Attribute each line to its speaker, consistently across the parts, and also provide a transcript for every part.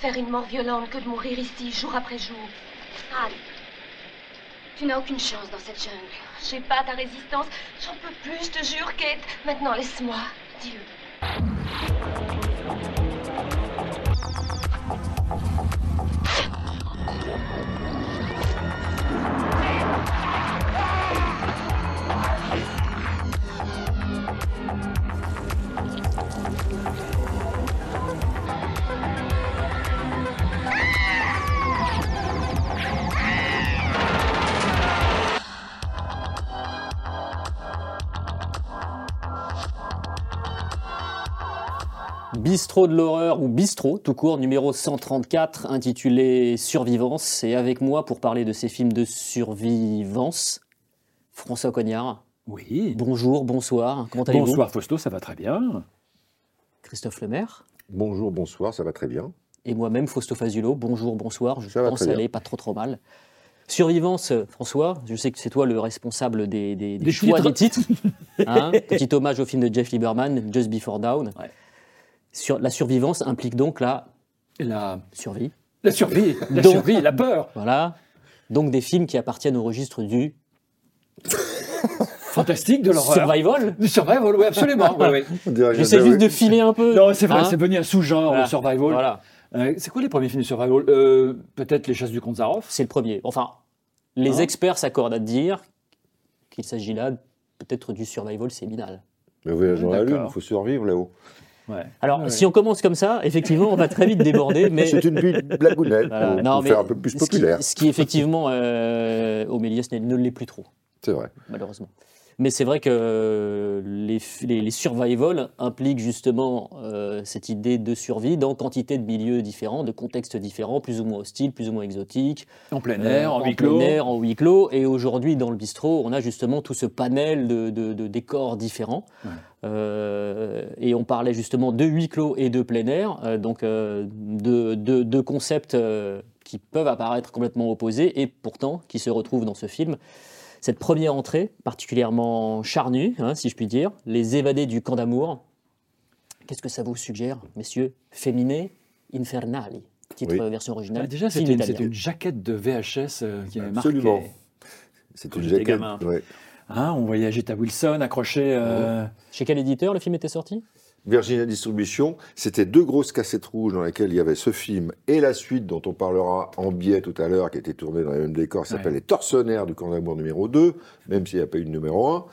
Speaker 1: faire une mort violente que de mourir ici, jour après jour. Anne, tu n'as aucune chance dans cette jungle. J'ai pas ta résistance. J'en peux plus, je te jure, Kate. Maintenant, laisse-moi. Dieu.
Speaker 2: Bistrot de l'horreur ou Bistrot tout court, numéro 134 intitulé Survivance. Et avec moi pour parler de ces films de survivance, François Cognard.
Speaker 3: Oui.
Speaker 2: Bonjour, bonsoir. Comment allez-vous
Speaker 3: Bonsoir Fausto, ça va très bien.
Speaker 2: Christophe Lemaire.
Speaker 4: Bonjour, bonsoir, ça va très bien.
Speaker 2: Et moi-même, Fausto Fazulo. Bonjour, bonsoir. Je
Speaker 4: Ça va
Speaker 2: pense
Speaker 4: très bien.
Speaker 2: aller pas trop trop mal. Survivance, euh, François, je sais que c'est toi le responsable des, des- des
Speaker 3: Des
Speaker 2: choix
Speaker 3: titres.
Speaker 2: des titres. hein. Petit hommage au film de Jeff Lieberman, Just Before Down.
Speaker 3: Ouais.
Speaker 2: Sur, la survivance implique donc la
Speaker 3: La,
Speaker 2: survie.
Speaker 3: la survie, la
Speaker 2: Donc-
Speaker 3: survie, la peur.
Speaker 2: Voilà. Donc des films qui appartiennent au registre du
Speaker 3: Fantastique de l'horreur.
Speaker 2: survival.
Speaker 3: Du survival, oui, absolument. oui, oui.
Speaker 4: On dirait
Speaker 2: J'essaie
Speaker 4: que-
Speaker 2: juste de filer un peu.
Speaker 3: Non, c'est vrai,
Speaker 2: Hein
Speaker 3: c'est devenu un sous-genre,
Speaker 2: Voilà.
Speaker 3: le survival.
Speaker 2: Voilà.
Speaker 3: Euh, c'est quoi les premiers films de survival Euh, Peut-être Les Chasses du Comte Zaroff
Speaker 2: C'est le premier. Enfin, les
Speaker 3: Hein
Speaker 2: experts s'accordent à dire qu'il s'agit là peut-être du survival séminal.
Speaker 4: Mais voyage dans la
Speaker 3: D'accord.
Speaker 4: lune, il faut survivre là-haut.
Speaker 3: ouais.
Speaker 2: Alors,
Speaker 3: Ouais,
Speaker 2: si on commence comme ça, effectivement, on va très vite déborder, mais...
Speaker 4: C'est une bille blagounette
Speaker 2: Voilà.
Speaker 4: pour,
Speaker 2: Non,
Speaker 4: pour
Speaker 2: mais
Speaker 4: faire un peu plus
Speaker 2: ce qui-
Speaker 4: populaire.
Speaker 2: Ce qui, effectivement, euh, Homélius ne- ne l'est plus trop,
Speaker 4: C'est vrai.
Speaker 2: malheureusement. Mais c'est vrai que euh, les, f- les, les survival impliquent justement euh, cette idée de survie dans quantité de milieux différents, de contextes différents, plus ou moins hostiles, plus ou moins exotiques,
Speaker 3: En plein
Speaker 2: Euh,
Speaker 3: air, en huis clos.
Speaker 2: plein air, en huis clos. Et aujourd'hui, dans le bistrot, on a justement tout ce panel de, de- de décors différents.
Speaker 3: Ouais.
Speaker 2: Euh, et on parlait justement de huis clos et de plein air, euh, donc euh, deux deux- deux concepts euh, qui peuvent apparaître complètement opposés et pourtant qui se retrouvent dans ce film. Cette première entrée, particulièrement charnue, hein, si je puis dire, les évadés du camp d'amour. Qu'est-ce que ça vous suggère, messieurs Féminé Infernali, titre
Speaker 4: Oui.
Speaker 2: euh, version originale.
Speaker 3: Bah, déjà,
Speaker 2: film
Speaker 3: c'était une,
Speaker 2: italien.
Speaker 3: c'était une jaquette de VHS euh, qui avait marqué.
Speaker 4: Absolument. C'est
Speaker 3: Quand
Speaker 4: une
Speaker 3: j'étais
Speaker 4: jaquette.
Speaker 3: gamin.
Speaker 4: ouais.
Speaker 3: Hein, on voyait Agita Wilson accrochée. euh,
Speaker 2: Chez quel éditeur le film était sorti
Speaker 4: Virginia Distribution, c'était deux grosses cassettes rouges dans lesquelles il y avait ce film et la suite dont on parlera en biais tout à l'heure, qui a été tournée dans les mêmes décors, qui s'appelle
Speaker 3: Ouais.
Speaker 4: Les Tortionnaires du camp d'amour numéro 2, même s'il n'y a pas eu de numéro 1.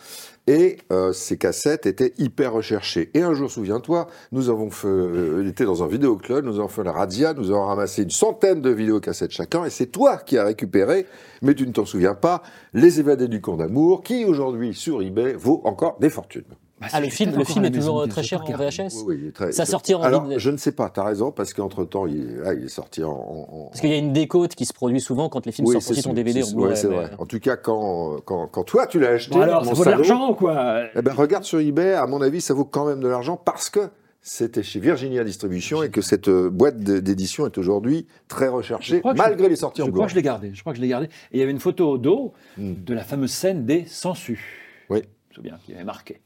Speaker 4: Et euh, ces cassettes étaient hyper recherchées. Et un jour, souviens-toi, nous avons fait, euh, était dans un vidéoclub, nous avons fait la radia, nous avons ramassé une centaine de vidéocassettes chacun, et c'est toi qui as récupéré, mais tu ne t'en souviens pas, Les évadés du camp d'amour, qui aujourd'hui sur eBay vaut encore des fortunes.
Speaker 3: bah,
Speaker 2: Ah, le
Speaker 3: c'est
Speaker 2: film,
Speaker 3: peut-être
Speaker 2: le
Speaker 3: encore
Speaker 2: film
Speaker 3: à
Speaker 2: est
Speaker 3: la maison,
Speaker 2: toujours euh,
Speaker 3: je
Speaker 2: très
Speaker 3: sais
Speaker 2: cher
Speaker 3: pas
Speaker 2: en
Speaker 3: regarder.
Speaker 2: VHS.
Speaker 4: Oui, oui, très-
Speaker 2: Ça sortira en
Speaker 4: Alors,
Speaker 2: ligne.
Speaker 4: je ne sais pas, tu as raison, parce qu'entre-temps, il, là, il est sorti en... en- en-
Speaker 2: Parce qu'il y a une décote qui se produit souvent quand les films
Speaker 4: Oui,
Speaker 2: sortent
Speaker 4: c'est
Speaker 2: sur ton
Speaker 4: sûr,
Speaker 2: DVD.
Speaker 4: c'est
Speaker 2: on
Speaker 4: sûr, ouais,
Speaker 2: Blu-ray,
Speaker 4: c'est
Speaker 2: mais-
Speaker 4: vrai. En tout cas, quand, quand, quand toi, tu l'as acheté,
Speaker 3: euh. Bon, alors,
Speaker 4: mon
Speaker 3: ça vaut de
Speaker 4: salaud,
Speaker 3: l'argent, quoi.
Speaker 4: eh ben, regarde sur eBay, à mon avis, ça vaut quand même de l'argent, parce que c'était chez Virginia Distribution et que cette euh, boîte de- d'édition est aujourd'hui très
Speaker 3: Je
Speaker 4: recherchée,
Speaker 3: crois que
Speaker 4: malgré les sorties
Speaker 3: Je
Speaker 4: en
Speaker 3: crois
Speaker 4: blanc.
Speaker 3: que je l'ai gardé. Je crois que je l'ai gardé. Et il y avait une photo au dos
Speaker 4: Mm.
Speaker 3: de la fameuse scène des sangsues.
Speaker 4: Oui.
Speaker 3: Je me souviens, qui avait marqué.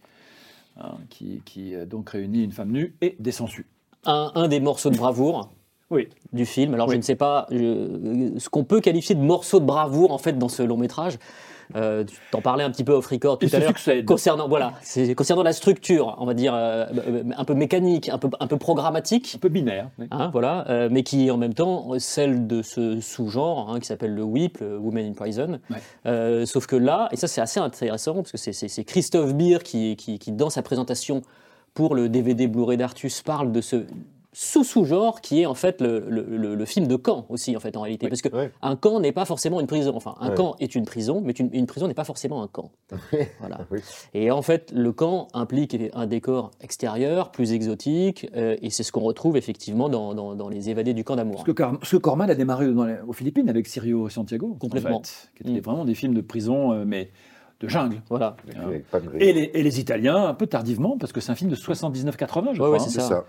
Speaker 3: Hein, qui, qui, euh, donc réunit une femme nue et des sangsues.
Speaker 2: Un, un des morceaux de bravoure
Speaker 3: Oui.
Speaker 2: du film. Alors, je
Speaker 3: Oui.
Speaker 2: ne sais pas je- ce qu'on peut qualifier de morceau de bravoure, en fait, dans ce long métrage. Euh, tu t'en parlais un petit peu au record tout
Speaker 3: Ils
Speaker 2: à
Speaker 3: se
Speaker 2: l'heure.
Speaker 3: succèdent.
Speaker 2: Concernant, voilà, c'est- concernant la structure, on va dire, euh, euh, un peu mécanique, un peu, un peu programmatique,
Speaker 3: Un peu binaire. oui.
Speaker 2: Hein, voilà, euh, mais qui est en même temps celle de ce sous-genre hein, qui s'appelle le WIP, le Women in Prison.
Speaker 3: Ouais.
Speaker 2: Euh, sauf que là, et ça c'est assez intéressant, parce que c'est- c'est c'est Christophe Beer qui, qui, qui, dans sa présentation pour le DVD Blu-ray d'Artus, parle de ce sous-sous-genre qui est en fait le, le- le- le film de camp aussi, en fait, en réalité.
Speaker 3: Oui,
Speaker 2: Parce que
Speaker 4: ouais.
Speaker 2: un camp n'est pas forcément une prison. Enfin, un
Speaker 4: Ouais.
Speaker 2: camp est une prison, mais une, une prison n'est pas forcément un camp. voilà.
Speaker 4: Oui.
Speaker 2: Et en fait, le camp implique un décor extérieur, plus exotique, euh, et c'est ce qu'on retrouve effectivement dans, dans- dans les évadés du camp d'amour.
Speaker 3: Parce que, Car- parce que Corman a démarré dans les- aux Philippines avec Sirio Santiago. en
Speaker 2: Complètement.
Speaker 3: fait, qui étaient
Speaker 2: Mm.
Speaker 3: vraiment des films de prison, euh, mais de jungle.
Speaker 2: Voilà.
Speaker 4: Avec pas de grille.
Speaker 3: Ah. Et les, et les Italiens, un peu tardivement, parce que c'est un film de 79-80, je
Speaker 2: Ouais,
Speaker 3: crois.
Speaker 2: ouais,
Speaker 3: hein.
Speaker 2: c'est
Speaker 4: c'est
Speaker 2: ça.
Speaker 4: ça.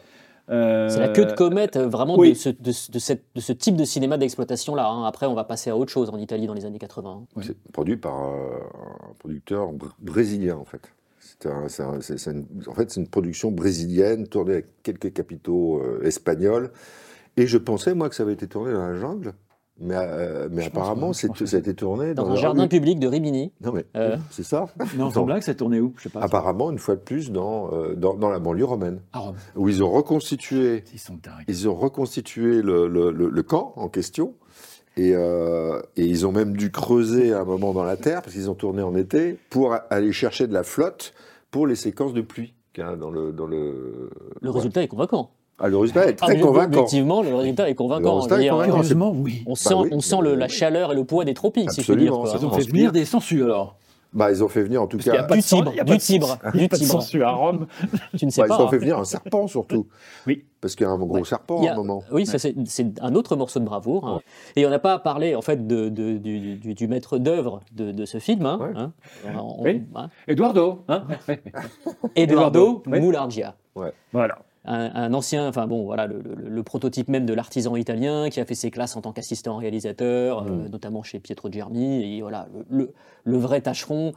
Speaker 3: Euh,
Speaker 2: C'est la queue de comète euh, vraiment
Speaker 3: oui.
Speaker 2: de, ce, de ce- de cette- de ce type de cinéma d'exploitation-là. hein. Après, on va passer à autre chose en Italie dans les années 80. hein.
Speaker 3: Ouais.
Speaker 4: C'est produit par euh, un producteur br- brésilien, en fait. C'est un- c'est un- c'est- c'est une, en fait, c'est une production brésilienne tournée avec quelques capitaux euh, espagnols. Et je pensais, moi, que ça avait été tourné dans la jungle. Mais, euh, mais
Speaker 3: Je pense
Speaker 4: apparemment,
Speaker 3: pas,
Speaker 4: c'est-
Speaker 3: je pense que-
Speaker 4: ça a été tourné dans,
Speaker 2: Dans un
Speaker 4: la
Speaker 2: jardin
Speaker 4: rue.
Speaker 2: public de Rimini.
Speaker 4: Non, mais
Speaker 2: Euh.
Speaker 4: c'est ça.
Speaker 3: Mais
Speaker 4: Non.
Speaker 3: en blague, c'est tourné où Je sais pas.
Speaker 4: Apparemment, une fois de plus, dans, euh, dans, dans la banlieue romaine,
Speaker 3: À Ah, Rome.
Speaker 4: où ils ont reconstitué,
Speaker 3: Ils sont dingues.
Speaker 4: ils ont reconstitué le, le- le- le camp en question. Et, euh, et ils ont même dû creuser un moment dans la terre, parce qu'ils ont tourné en été, pour a- aller chercher de la flotte pour les séquences de pluie. qu'il y a Dans le, dans le...
Speaker 2: Le
Speaker 4: Ouais.
Speaker 2: résultat est convainant.
Speaker 4: Ah, le résultat est
Speaker 2: Ah,
Speaker 4: très
Speaker 2: mais
Speaker 4: convaincant.
Speaker 2: Objectivement, le résultat est
Speaker 4: Le
Speaker 2: convaincant.
Speaker 4: résultat
Speaker 2: Je veux
Speaker 4: est
Speaker 2: dire,
Speaker 4: convaincant.
Speaker 3: Heureusement, oui.
Speaker 2: On
Speaker 4: Bah
Speaker 2: sent,
Speaker 4: oui,
Speaker 2: on sent le- la chaleur et le poids des tropiques, si je puis dire.
Speaker 4: Absolument,
Speaker 2: quoi.
Speaker 4: ça
Speaker 3: Ils ont
Speaker 4: On
Speaker 3: fait
Speaker 4: se
Speaker 3: venir
Speaker 4: dit-
Speaker 3: des sangsues alors.
Speaker 4: Bah, ils ont fait venir, en tout
Speaker 3: Parce qu'il y
Speaker 4: cas,
Speaker 3: a pas
Speaker 2: Du
Speaker 3: de sang-
Speaker 2: tibre,
Speaker 3: il y a
Speaker 2: du
Speaker 3: pas de
Speaker 2: tibre,
Speaker 3: sang-
Speaker 2: du
Speaker 3: il y a pas de
Speaker 2: tibre.
Speaker 3: sangsue à Rome.
Speaker 2: Tu ne sais
Speaker 4: bah, ils
Speaker 2: pas. hein.
Speaker 4: ont fait venir un serpent surtout.
Speaker 3: Oui.
Speaker 4: Parce qu'il y a un gros
Speaker 2: Ouais.
Speaker 4: serpent
Speaker 2: Il y
Speaker 4: à
Speaker 2: a-
Speaker 4: un moment.
Speaker 2: Oui, ça, c'est- c'est un autre morceau de bravoure. hein.
Speaker 4: Ouais.
Speaker 2: Et on n'a pas parlé en fait de- de- du, du- du maître d'œuvre de, de ce film, hein,
Speaker 4: Ouais.
Speaker 2: hein. On- on-
Speaker 3: Oui.
Speaker 2: hein.
Speaker 3: Eduardo, hein
Speaker 2: Eduardo
Speaker 3: Eduardo, oui.
Speaker 2: Moulargia.
Speaker 3: Voilà.
Speaker 2: Un, un ancien, enfin bon, voilà, le, le- le prototype même de l'artisan italien qui a fait ses classes en tant qu'assistant réalisateur, euh, notamment chez Pietro Germi, et voilà, le, le- le vrai tâcheron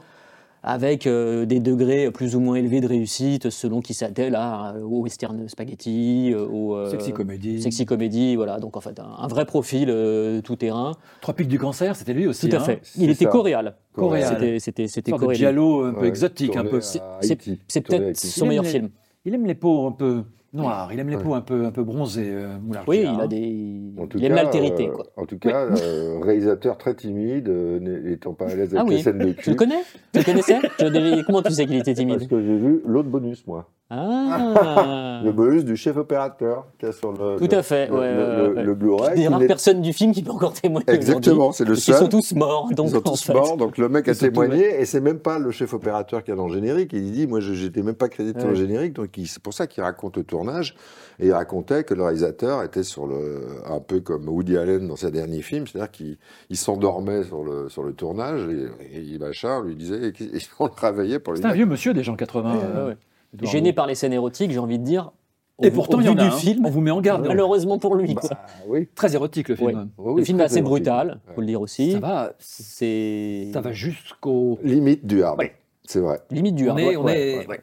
Speaker 2: avec euh, des degrés plus ou moins élevés de réussite selon qui s'attelle à, euh, au western spaghetti, euh, au euh,
Speaker 3: Sexy comédie.
Speaker 2: Sexy comédie, voilà. Donc en fait, un, un vrai profil euh, tout-terrain.
Speaker 3: Trois pics du cancer, c'était lui aussi.
Speaker 2: Tout à
Speaker 3: hein.
Speaker 2: fait.
Speaker 4: c'est
Speaker 2: Il était
Speaker 4: ça.
Speaker 2: coréal.
Speaker 3: Coréal.
Speaker 2: C'était, c'était, c'était
Speaker 3: Sorte de
Speaker 2: coréal.
Speaker 3: giallo un peu
Speaker 4: Ouais,
Speaker 3: exotique, un
Speaker 4: tourné
Speaker 3: peu.
Speaker 4: à
Speaker 2: c'est-
Speaker 4: Haïti,
Speaker 2: C'est
Speaker 4: tourné à
Speaker 2: peut-être
Speaker 4: Haïti.
Speaker 2: son
Speaker 3: Il aime
Speaker 2: meilleur
Speaker 3: les-
Speaker 2: film.
Speaker 3: Il aime les peaux un peu noires, il aime les
Speaker 4: Ouais.
Speaker 3: peaux un peu, un peu bronzées, euh, Moulin
Speaker 2: Oui,
Speaker 3: Rouge,
Speaker 2: il
Speaker 3: hein.
Speaker 2: a des.
Speaker 4: En tout
Speaker 2: il aime
Speaker 4: cas,
Speaker 2: l'altérité,
Speaker 4: euh,
Speaker 2: quoi.
Speaker 4: En tout cas, euh, réalisateur très timide, euh, n'étant pas à l'aise avec
Speaker 2: Ah
Speaker 4: les
Speaker 2: oui.
Speaker 4: scènes de
Speaker 2: Tu le
Speaker 4: cul.
Speaker 2: connais Tu le connaissais Tu le- Comment tu sais qu'il était
Speaker 4: Parce
Speaker 2: timide
Speaker 4: que j'ai vu l'autre bonus, moi.
Speaker 2: Ah
Speaker 4: Le bonus du chef opérateur qui a sur le,
Speaker 2: Tout
Speaker 4: le-
Speaker 2: à fait,
Speaker 4: le,
Speaker 2: ouais,
Speaker 4: le-
Speaker 2: ouais,
Speaker 4: le-
Speaker 2: ouais.
Speaker 4: le Blu-ray.
Speaker 2: Des
Speaker 4: Il
Speaker 2: rares
Speaker 4: est-
Speaker 2: personnes du film qui peut encore témoigner. aujourd'hui.
Speaker 4: Exactement, c'est le
Speaker 2: Parce qu'ils
Speaker 4: seul.
Speaker 2: sont tous morts. Donc,
Speaker 4: Ils ont
Speaker 2: en
Speaker 4: tous
Speaker 2: fait.
Speaker 4: morts, donc le mec
Speaker 2: Ils
Speaker 4: a
Speaker 2: sont tous
Speaker 4: témoigné, et c'est même pas le chef opérateur qui est dans le générique. Il dit Moi, je- j'étais même pas crédité dans
Speaker 2: Ouais.
Speaker 4: le générique, donc il- c'est pour ça qu'il raconte le tournage. Et il racontait que le réalisateur était sur le. un peu comme Woody Allen dans ses derniers films, c'est-à-dire qu'il il s'endormait sur le, sur le tournage, et, et il- machin, lui disait. et on le travaillait pour lui
Speaker 3: C'est un
Speaker 4: dire
Speaker 3: vieux monsieur des gens 80.
Speaker 2: Ouais,
Speaker 4: Ah,
Speaker 3: euh,
Speaker 2: ouais.
Speaker 3: Eduardo.
Speaker 2: Gêné par les scènes érotiques, j'ai envie de dire. au-
Speaker 3: Et pourtant,
Speaker 2: au
Speaker 3: il y
Speaker 2: vu
Speaker 3: en a
Speaker 2: du
Speaker 3: un. Ah
Speaker 2: film.
Speaker 3: On vous met en garde.
Speaker 2: Malheureusement pour lui.
Speaker 4: Bah,
Speaker 2: quoi.
Speaker 4: oui.
Speaker 3: Très érotique le film.
Speaker 4: Oui, oui,
Speaker 2: le film est
Speaker 4: très
Speaker 2: assez
Speaker 4: érotique.
Speaker 2: brutal, faut le dire aussi.
Speaker 3: Ça va,
Speaker 2: C'est
Speaker 3: ça va jusqu'au.
Speaker 4: Limite du hard.
Speaker 3: Ouais.
Speaker 4: C'est vrai.
Speaker 2: limite du
Speaker 3: on est,
Speaker 2: hardcore,
Speaker 3: on
Speaker 2: ouais.
Speaker 3: est,
Speaker 4: ouais,
Speaker 3: ouais.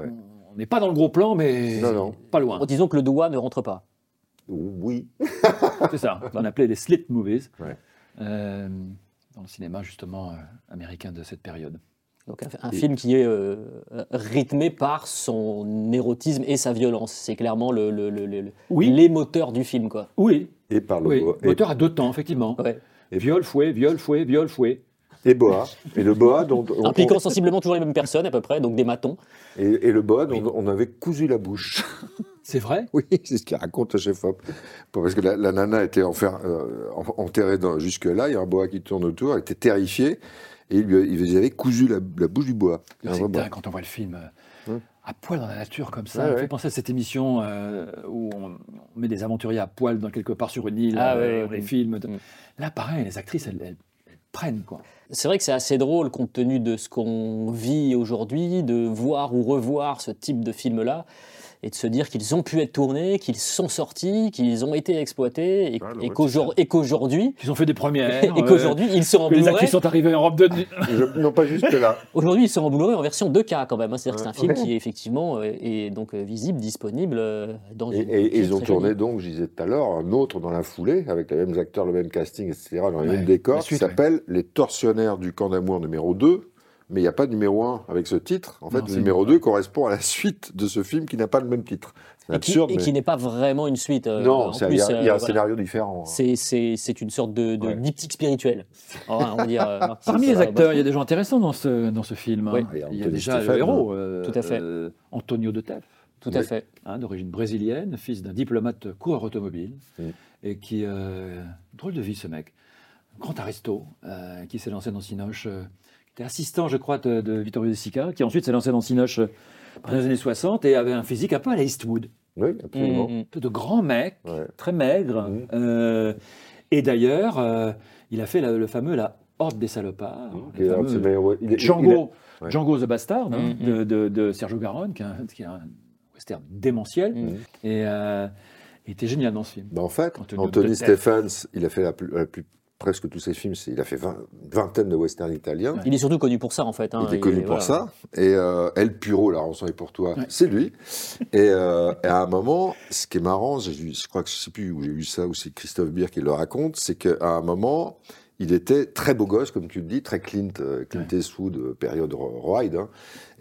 Speaker 4: ouais.
Speaker 3: On n'est pas dans le gros plan, mais
Speaker 4: Non, non.
Speaker 3: pas loin.
Speaker 2: Disons que le doigt ne rentre pas.
Speaker 4: Oui.
Speaker 3: C'est ça. On appelait les slit movies
Speaker 4: Ouais.
Speaker 3: Euh, dans le cinéma justement euh, américain de cette période.
Speaker 2: Donc un, un
Speaker 4: Et-
Speaker 2: film qui est euh, rythmé par son érotisme et sa violence. C'est clairement le, le- le- le- le-
Speaker 3: Oui.
Speaker 2: les moteurs du film. Quoi.
Speaker 3: Oui.
Speaker 4: Et par le
Speaker 3: oui.
Speaker 4: boa. Et,
Speaker 3: Moteur à deux temps, effectivement.
Speaker 2: Ouais.
Speaker 3: Et viol, fouet, viol, fouet, viol, fouet.
Speaker 4: et boa. Et le boa dont. on-
Speaker 2: Impliquant sensiblement toujours les mêmes personnes à peu près, donc des matons.
Speaker 4: Et, et le boa dont
Speaker 2: Oui.
Speaker 4: on avait cousu la bouche.
Speaker 3: C'est vrai.
Speaker 4: Oui, c'est ce qu'il raconte le chef op. Parce que la, la nana était enfer- euh, en- enterrée dans- jusque-là, il y a un boa qui tourne autour, elle était terrifiée, et il lui, il lui avait cousu la, la bouche du boa. Un
Speaker 2: Ah,
Speaker 4: vrai
Speaker 3: C'est
Speaker 4: boa.
Speaker 2: bah.
Speaker 3: dingue quand on voit le film. euh,
Speaker 4: Hum.
Speaker 3: À poil dans la nature comme ça,
Speaker 4: Ouais,
Speaker 3: ça me
Speaker 4: ouais.
Speaker 3: fait penser à cette émission euh, où on, on met des aventuriers à poil dans quelque part sur une île,
Speaker 2: Ah,
Speaker 3: euh,
Speaker 2: ouais,
Speaker 3: et
Speaker 2: ouais,
Speaker 3: on
Speaker 2: ouais.
Speaker 3: les filme.
Speaker 2: Hum.
Speaker 3: Là, pareil, les actrices, elles, elles- elles prennent quoi.
Speaker 2: C'est vrai que c'est assez drôle compte tenu de ce qu'on vit aujourd'hui, de voir ou revoir ce type de film-là et de se dire qu'ils ont pu être tournés, qu'ils sont sortis, qu'ils ont été exploités et,
Speaker 4: Ah, le
Speaker 2: et
Speaker 4: vrai,
Speaker 2: qu'aujourd'hui- et qu'aujourd'hui
Speaker 3: Ils ont fait des premières.
Speaker 2: et
Speaker 3: euh,
Speaker 2: qu'aujourd'hui, ils sont en
Speaker 3: que les
Speaker 2: Blu-ray.
Speaker 3: actrices sont arrivées en robe de nuit.
Speaker 4: Je- non, pas juste là.
Speaker 2: Aujourd'hui, ils sont en Blu-ray en version 2K quand même. hein. C'est-à-dire que c'est un
Speaker 4: Ouais.
Speaker 2: film qui est effectivement euh, est donc euh, visible, disponible euh, dans
Speaker 4: Et,
Speaker 2: une.
Speaker 4: et- et
Speaker 2: qui est
Speaker 4: ils ont
Speaker 2: très
Speaker 4: tourné,
Speaker 2: jolie.
Speaker 4: donc, je disais tout à l'heure, un autre dans la foulée, avec les mêmes acteurs, le même casting, etc., dans les
Speaker 3: Ouais,
Speaker 4: mêmes
Speaker 3: la
Speaker 4: décors,
Speaker 3: suite,
Speaker 4: qui s'appelle Les Tortionnaires du Camp d'Amour numéro 2. Mais il n'y a pas de numéro 1 avec ce titre. En fait,
Speaker 3: Non,
Speaker 4: le
Speaker 3: c'est-
Speaker 4: numéro 2 correspond à la suite de ce film qui n'a pas le même titre. C'est
Speaker 2: Et qui,
Speaker 4: absurde.
Speaker 2: et qui
Speaker 4: mais-
Speaker 2: n'est pas vraiment une suite. euh, en
Speaker 4: Non, c'est- il y a,
Speaker 2: plus,
Speaker 4: il y a
Speaker 2: euh,
Speaker 4: un
Speaker 2: voilà.
Speaker 4: scénario différent.
Speaker 2: C'est- C'est c'est une sorte de, de
Speaker 4: hein. Ouais.
Speaker 2: diptyque spirituel. On va- on va dire, euh,
Speaker 3: Parmi
Speaker 2: c'est
Speaker 3: les
Speaker 2: ça,
Speaker 3: acteurs, il y a des gens intéressants dans ce, dans ce film. hein.
Speaker 2: Oui.
Speaker 4: Il y a
Speaker 3: Il y a
Speaker 4: Anthony
Speaker 3: déjà
Speaker 4: Stéphane,
Speaker 3: le héros, euh,
Speaker 2: Tout à fait.
Speaker 3: euh, Antonio de Tef,
Speaker 2: Tout à fait.
Speaker 3: hein, d'origine brésilienne, fils d'un diplomate coureur automobile,
Speaker 4: Oui.
Speaker 3: et qui. euh, drôle de vie ce mec. Grand aristo, euh, qui s'est lancé dans Cinoche, euh, qui était assistant, je crois, de, de Vittorio De Sica, qui ensuite s'est lancé dans Cinoche euh, dans les années 60 et avait un physique un peu à la Eastwood.
Speaker 4: Oui, absolument.
Speaker 2: Mm, Ah, mm.
Speaker 3: de grands mecs,
Speaker 4: Ouais.
Speaker 3: très maigres.
Speaker 4: Mhm.
Speaker 3: Euh, et d'ailleurs, euh, il a fait la- le fameux La Horde des salopards.
Speaker 4: Mmh,
Speaker 3: le
Speaker 4: qui est un de
Speaker 3: fameux
Speaker 4: ses meilleurs- il- il- il-
Speaker 3: Django,
Speaker 4: il a- ouais.
Speaker 3: Django the Bastard hein,
Speaker 2: Mhm.
Speaker 3: de, de- de Sergio Garonne, qui est un, qui est un western démentiel.
Speaker 2: Mhm.
Speaker 3: Et euh, il était génial dans ce film.
Speaker 4: Bah, en fait,
Speaker 3: Antonio
Speaker 4: Anthony
Speaker 3: Duterte.
Speaker 4: Stephens, il a fait la plus, la plus presque tous ses films, c'est- il a fait vingt- une vingtaine de westerns italiens.
Speaker 2: Il est surtout connu pour ça, en fait. hein.
Speaker 4: Il était connu
Speaker 2: est-
Speaker 4: pour
Speaker 2: voilà.
Speaker 4: ça. Et euh, El Puro, la rançon est pour toi, c'est lui. Et, euh, et à un moment, ce qui est marrant, j'ai vu- je crois que je sais plus où j'ai vu ça, ou c'est Christophe Bier qui le raconte, c'est qu'à un moment, il était très beau gosse, comme tu le dis, très Clint, euh, Clint Eastwood, euh, période Ro- Roide. hein.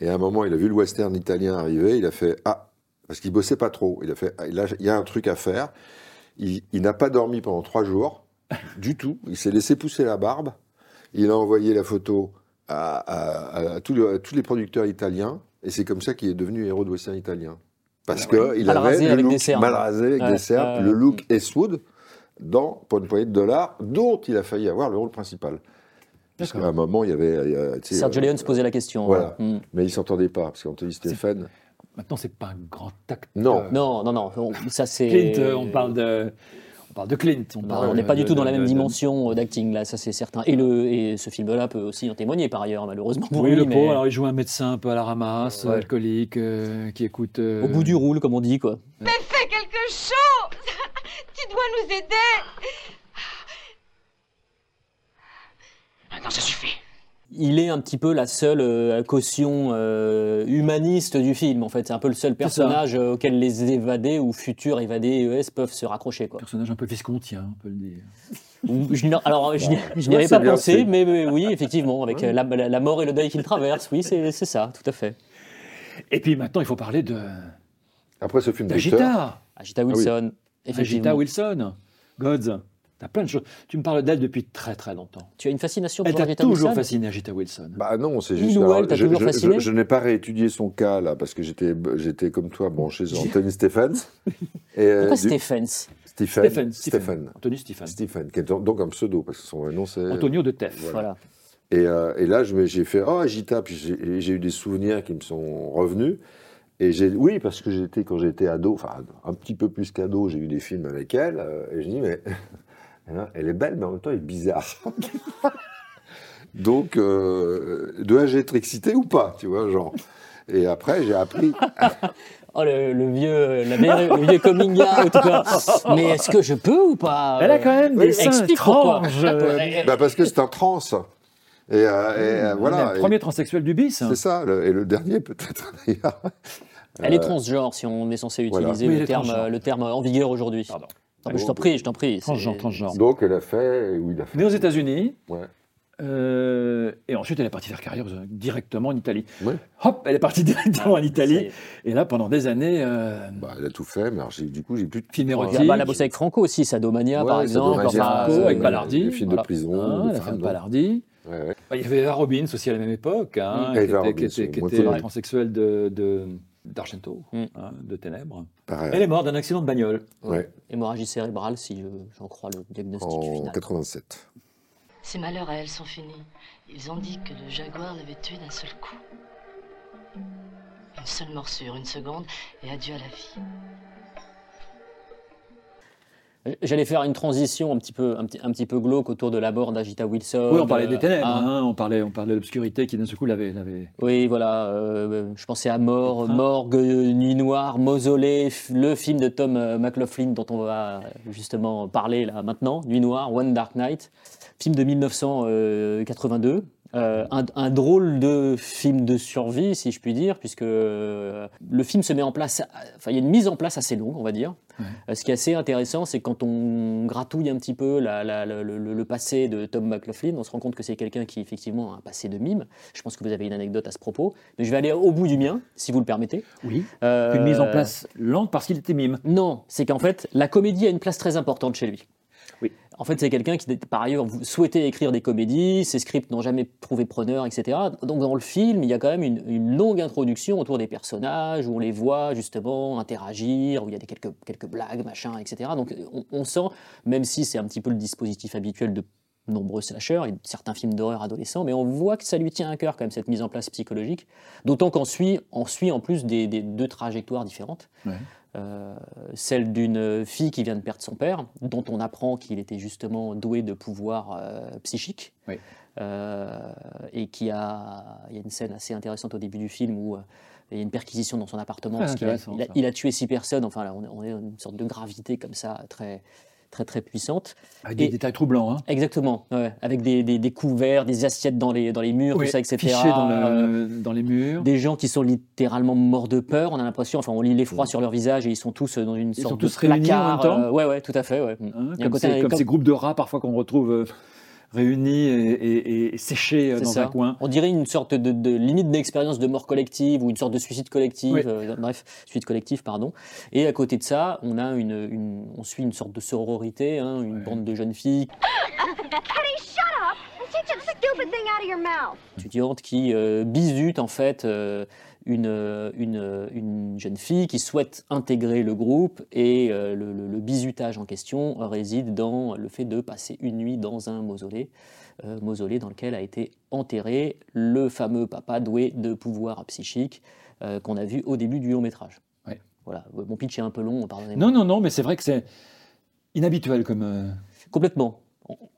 Speaker 4: Et à un moment, il a vu le western italien arriver, il a fait Ah, parce qu'il bossait pas trop. Il a fait Ah, là, il y a un truc à faire. Il, il n'a pas dormi pendant trois jours, du tout. Il s'est laissé pousser la barbe. Il a envoyé la photo à, à- à tous les- à tous les producteurs italiens, et c'est comme ça qu'il est devenu héros de western italien. Parce que il
Speaker 2: Ah bah Mal
Speaker 4: avait
Speaker 2: rasé
Speaker 4: le
Speaker 2: avec
Speaker 4: look
Speaker 2: des cernes.
Speaker 4: mal rasé avec
Speaker 2: Ouais,
Speaker 4: des cernes,
Speaker 2: ouais,
Speaker 4: le
Speaker 2: ouais.
Speaker 4: look Eastwood dans Pour une poignée de dollars, dont il a failli avoir le rôle principal. Parce qu'à un moment, il y avait. il y a- tu sais,
Speaker 2: Sergio
Speaker 4: euh,
Speaker 2: Leone se posait la question.
Speaker 4: voilà.
Speaker 2: ouais. Mm.
Speaker 4: Mais il s'entendait pas, parce qu'on te dit Stéphane.
Speaker 3: Maintenant, c'est pas un grand acteur.
Speaker 4: Non.
Speaker 2: Non, non, non. on- Ça, c'est.
Speaker 3: Clint, euh, on parle de, on parle de Clint. On
Speaker 2: Bah,
Speaker 3: parle
Speaker 2: on n'est pas
Speaker 3: de-
Speaker 2: du tout dans la
Speaker 3: de-
Speaker 2: même
Speaker 3: de-
Speaker 2: dimension euh, d'acting, là, ça c'est certain. Et, le, et ce film-là peut aussi en témoigner, par ailleurs, malheureusement. pour
Speaker 3: Oui,
Speaker 2: lui,
Speaker 3: le
Speaker 2: mais
Speaker 3: pauvre, alors il joue un médecin un peu à la ramasse,
Speaker 2: Ouais.
Speaker 3: alcoolique, euh, qui écoute. euh,
Speaker 2: Au bout du roule, comme on dit, quoi.
Speaker 1: Fais quelque chose Tu dois nous aider
Speaker 5: Maintenant, ça suffit.
Speaker 2: Il est un petit peu la seule euh, caution euh, humaniste du film, en fait. C'est un peu le seul
Speaker 3: ça.
Speaker 2: personnage euh, auquel les évadés ou futurs évadés ES peuvent se raccrocher, quoi.
Speaker 3: Personnage un peu viscontien, on peut le dire.
Speaker 2: Ou- je n'y- alors, je n'y- je n'y
Speaker 4: Ouais,
Speaker 2: avais
Speaker 4: c'est
Speaker 2: pas
Speaker 4: bien,
Speaker 2: pensé,
Speaker 4: c'est-
Speaker 2: mais, mais oui, effectivement, avec euh, la, la- la mort et le deuil qu'il traverse, oui, c'est c'est ça, tout à fait.
Speaker 3: Et puis maintenant, il faut parler de
Speaker 4: Après ce film d'auteur,
Speaker 3: d'Agita,
Speaker 2: Agita
Speaker 4: oui.
Speaker 2: Wilson, effectivement.
Speaker 3: Ah Agita Wilson, Gods. T'as plein de choses. Tu me parles d'elle depuis très très longtemps.
Speaker 2: Tu as une fascination
Speaker 3: Elle
Speaker 2: pour
Speaker 3: t'a
Speaker 2: Agita
Speaker 3: toujours
Speaker 2: Wilson
Speaker 3: fasciné, Agita Wilson.
Speaker 4: Bah non, c'est
Speaker 2: Il
Speaker 4: juste.
Speaker 2: ou
Speaker 4: alors,
Speaker 2: elle t'a
Speaker 4: je,
Speaker 2: toujours
Speaker 4: je-
Speaker 2: fasciné
Speaker 4: je- je n'ai pas réétudié son cas là parce que j'étais, j'étais comme toi branché sur Anthony Stephens. Et, euh,
Speaker 2: Pourquoi
Speaker 4: du-
Speaker 2: Stephens
Speaker 4: Stephen,
Speaker 3: Stephen, Stephen.
Speaker 4: Stephen.
Speaker 3: Anthony Stephen.
Speaker 4: Stephen, qui est donc donc un pseudo parce que son vrai nom c'est.
Speaker 3: Antonio de Teff.
Speaker 2: Voilà.
Speaker 4: Et, euh, et là, je me- j'ai fait oh Agita, puis j'ai et j'ai eu des souvenirs qui me sont revenus. Et j'ai oui parce que j'étais quand j'étais ado, enfin un petit peu plus qu'ado, j'ai eu des films avec elle euh, et je dis mais elle est belle mais en même temps elle est bizarre. Donc euh, dois-je être excité ou pas, tu vois genre. Et après j'ai appris
Speaker 2: Oh, le, le vieux, la vieille- le vieux coming out, quoi. Mais est-ce que je peux ou pas euh,
Speaker 3: Elle a quand même des seins
Speaker 2: Explique pourquoi.
Speaker 3: étranges. euh,
Speaker 4: bah, parce que c'est un trans. Et, euh, et,
Speaker 2: Ah,
Speaker 4: euh, voilà.
Speaker 3: le
Speaker 4: Et
Speaker 3: Premier transsexuel du bis.
Speaker 2: hein.
Speaker 4: C'est ça, le- et le dernier peut-être d'ailleurs.
Speaker 2: Elle est
Speaker 4: Euh,
Speaker 2: transgenre, si on est censé
Speaker 4: voilà. Ah
Speaker 2: utiliser
Speaker 3: Oui, elle
Speaker 2: le,
Speaker 3: est
Speaker 2: terme,
Speaker 3: transgenre.
Speaker 2: euh, le terme en vigueur aujourd'hui.
Speaker 3: Pardon.
Speaker 2: Non, mais je t'en prie, je t'en prie.
Speaker 3: Transgenre,
Speaker 2: c'est-
Speaker 3: transgenre.
Speaker 4: Donc elle a fait, oui, il a fait.
Speaker 3: Née aux États-Unis.
Speaker 4: Ouais.
Speaker 3: euh, et ensuite, elle est partie faire carrière euh, directement en Italie.
Speaker 4: Ouais.
Speaker 3: Hop, elle est partie directement en
Speaker 2: Ça y
Speaker 3: Italie.
Speaker 2: est.
Speaker 3: Et là, pendant des années, euh,
Speaker 4: Bah, elle a tout fait, mais alors, j'ai- du coup, j'ai plus de
Speaker 3: film
Speaker 2: Ah bah,
Speaker 3: érotique.
Speaker 2: Elle a bossé avec Franco aussi, Sadomania,
Speaker 4: Ouais,
Speaker 2: par
Speaker 4: ça
Speaker 2: exemple.
Speaker 4: devrait
Speaker 3: Franco,
Speaker 4: dire
Speaker 2: enfin,
Speaker 4: Franco,
Speaker 2: euh,
Speaker 3: avec Balardi.
Speaker 4: Les films
Speaker 2: voilà.
Speaker 4: de prison.
Speaker 3: hein,
Speaker 4: les
Speaker 3: la
Speaker 4: femmes,
Speaker 3: femme
Speaker 4: donc.
Speaker 3: Palardi.
Speaker 4: Ouais, ouais.
Speaker 3: Bah, Il y avait Eva Robbins aussi à la même époque, hein,
Speaker 4: Mm.
Speaker 3: qui,
Speaker 4: Eva
Speaker 3: était, qui
Speaker 4: Robbins,
Speaker 3: était- qui
Speaker 4: moi,
Speaker 3: était
Speaker 4: c'est vrai.
Speaker 3: transsexuelle de, de- d'Argento,
Speaker 2: Mm.
Speaker 3: hein, de Ténèbres.
Speaker 4: Pareil.
Speaker 3: Elle est morte d'un accident de bagnole.
Speaker 4: Ouais,
Speaker 2: Hémorragie cérébrale, si je- j'en crois le diagnostic
Speaker 4: en
Speaker 2: final.
Speaker 4: 87.
Speaker 5: Ces malheurs à elle sont finis. Ils ont dit que le jaguar l'avait tué d'un seul coup. Une seule morsure, une seconde, et adieu à la vie.
Speaker 2: J'allais faire une transition un petit peu, un petit, un petit peu glauque autour de l'abord d'Agita Wilson.
Speaker 3: oui, on parlait
Speaker 2: euh,
Speaker 3: des ténèbres,
Speaker 2: ah,
Speaker 3: hein, on, parlait, on parlait de l'obscurité qui d'un seul coup l'avait. l'avait-
Speaker 2: Oui, voilà. euh, je pensais à Mort, Morgue, euh, Nuit Noire, Mausolée, f- le film de Tom euh, McLaughlin dont on va euh, justement parler là maintenant, Nuit Noire, One Dark Night, film de 1982. euh, un, un drôle de film de survie, si je puis dire, puisque euh, le film se met en place, enfin il y a une mise en place assez longue, on va dire. Euh, Ce qui est assez intéressant, c'est quand on gratouille un petit peu la- la- le, le- le passé de Tom McLaughlin, on se rend compte que c'est quelqu'un qui effectivement a un passé de mime. Je pense que vous avez une anecdote à ce propos, mais je vais aller au bout du mien, si vous le permettez.
Speaker 3: Oui,
Speaker 2: Euh,
Speaker 3: une mise en place lente parce qu'il était mime.
Speaker 2: Non, c'est qu'en fait, la comédie a une place très importante chez lui.
Speaker 3: Oui.
Speaker 2: En fait, c'est quelqu'un qui, par ailleurs, souhaitait écrire des comédies, ses scripts n'ont jamais trouvé preneur, etc. Donc, dans le film, il y a quand même une, une longue introduction autour des personnages, où on les voit justement interagir, où il y a des quelques, quelques blagues, machin, etc. Donc, on, on sent, même si c'est un petit peu le dispositif habituel de nombreux slashers et de certains films d'horreur adolescents, mais on voit que ça lui tient à cœur quand même cette mise en place psychologique, d'autant qu'on suit, on suit en plus des, des- deux trajectoires différentes.
Speaker 3: Ouais.
Speaker 2: Euh, celle d'une fille qui vient de perdre son père, dont on apprend qu'il était justement doué de pouvoirs euh, psychiques,
Speaker 3: Oui.
Speaker 2: Euh, et qui a, il y a une scène assez intéressante au début du film où euh, il y a une perquisition dans son appartement,
Speaker 3: Ah,
Speaker 2: parce qu'il a-
Speaker 3: intéressant,
Speaker 2: il a-
Speaker 3: ça.
Speaker 2: il a tué six personnes, enfin là on est, on est dans une sorte de gravité comme ça, très, très très puissante.
Speaker 3: Avec Ah, des
Speaker 2: Et-
Speaker 3: détails troublants. Hein.
Speaker 2: Exactement, ouais, avec des, des- des couverts, des assiettes dans les, dans les murs,
Speaker 3: Ouais,
Speaker 2: tout ça, etc.
Speaker 3: Fichés dans, le-
Speaker 2: Euh,
Speaker 3: dans les murs.
Speaker 2: Des gens qui sont littéralement morts de peur, on a l'impression, enfin on lit l'effroi sur leur visage et ils sont tous euh, dans une sorte
Speaker 3: Mm. sont
Speaker 2: de
Speaker 3: tous réunis en même
Speaker 2: placard,
Speaker 3: temps
Speaker 2: euh, ouais, ouais, tout à fait, ouais.
Speaker 3: hein,
Speaker 2: Il y a un
Speaker 3: comme,
Speaker 2: côté-
Speaker 3: ces, comme
Speaker 2: comme-
Speaker 3: ces groupes de rats parfois qu'on retrouve euh, réunis et, et- et séchés euh,
Speaker 2: C'est
Speaker 3: dans
Speaker 2: ça.
Speaker 3: un coin.
Speaker 2: On dirait une sorte de, de limite d'expérience de mort collective ou une sorte de suicide collectif,
Speaker 3: Oui.
Speaker 2: euh, bref, suicide collectif, pardon. Et à côté de ça, on, a une, une- on suit une sorte de sororité, hein, une
Speaker 3: Ouais.
Speaker 2: bande de jeunes filles
Speaker 6: Take that stupid thing out of your mouth.
Speaker 2: étudiantes qui euh, bisutent en fait euh, une, euh, une, euh, une jeune fille qui souhaite intégrer le groupe et euh, le, le- le bizutage en question euh, réside dans le fait de passer une nuit dans un mausolée, euh, mausolée dans lequel a été enterré le fameux papa doué de pouvoir psychique euh, qu'on a vu au début du long métrage.
Speaker 3: Ouais.
Speaker 2: Voilà, Euh, mon pitch est un peu long, pardonnez-moi.
Speaker 3: Non, non, non, mais c'est vrai que c'est inhabituel comme, euh,
Speaker 2: Complètement.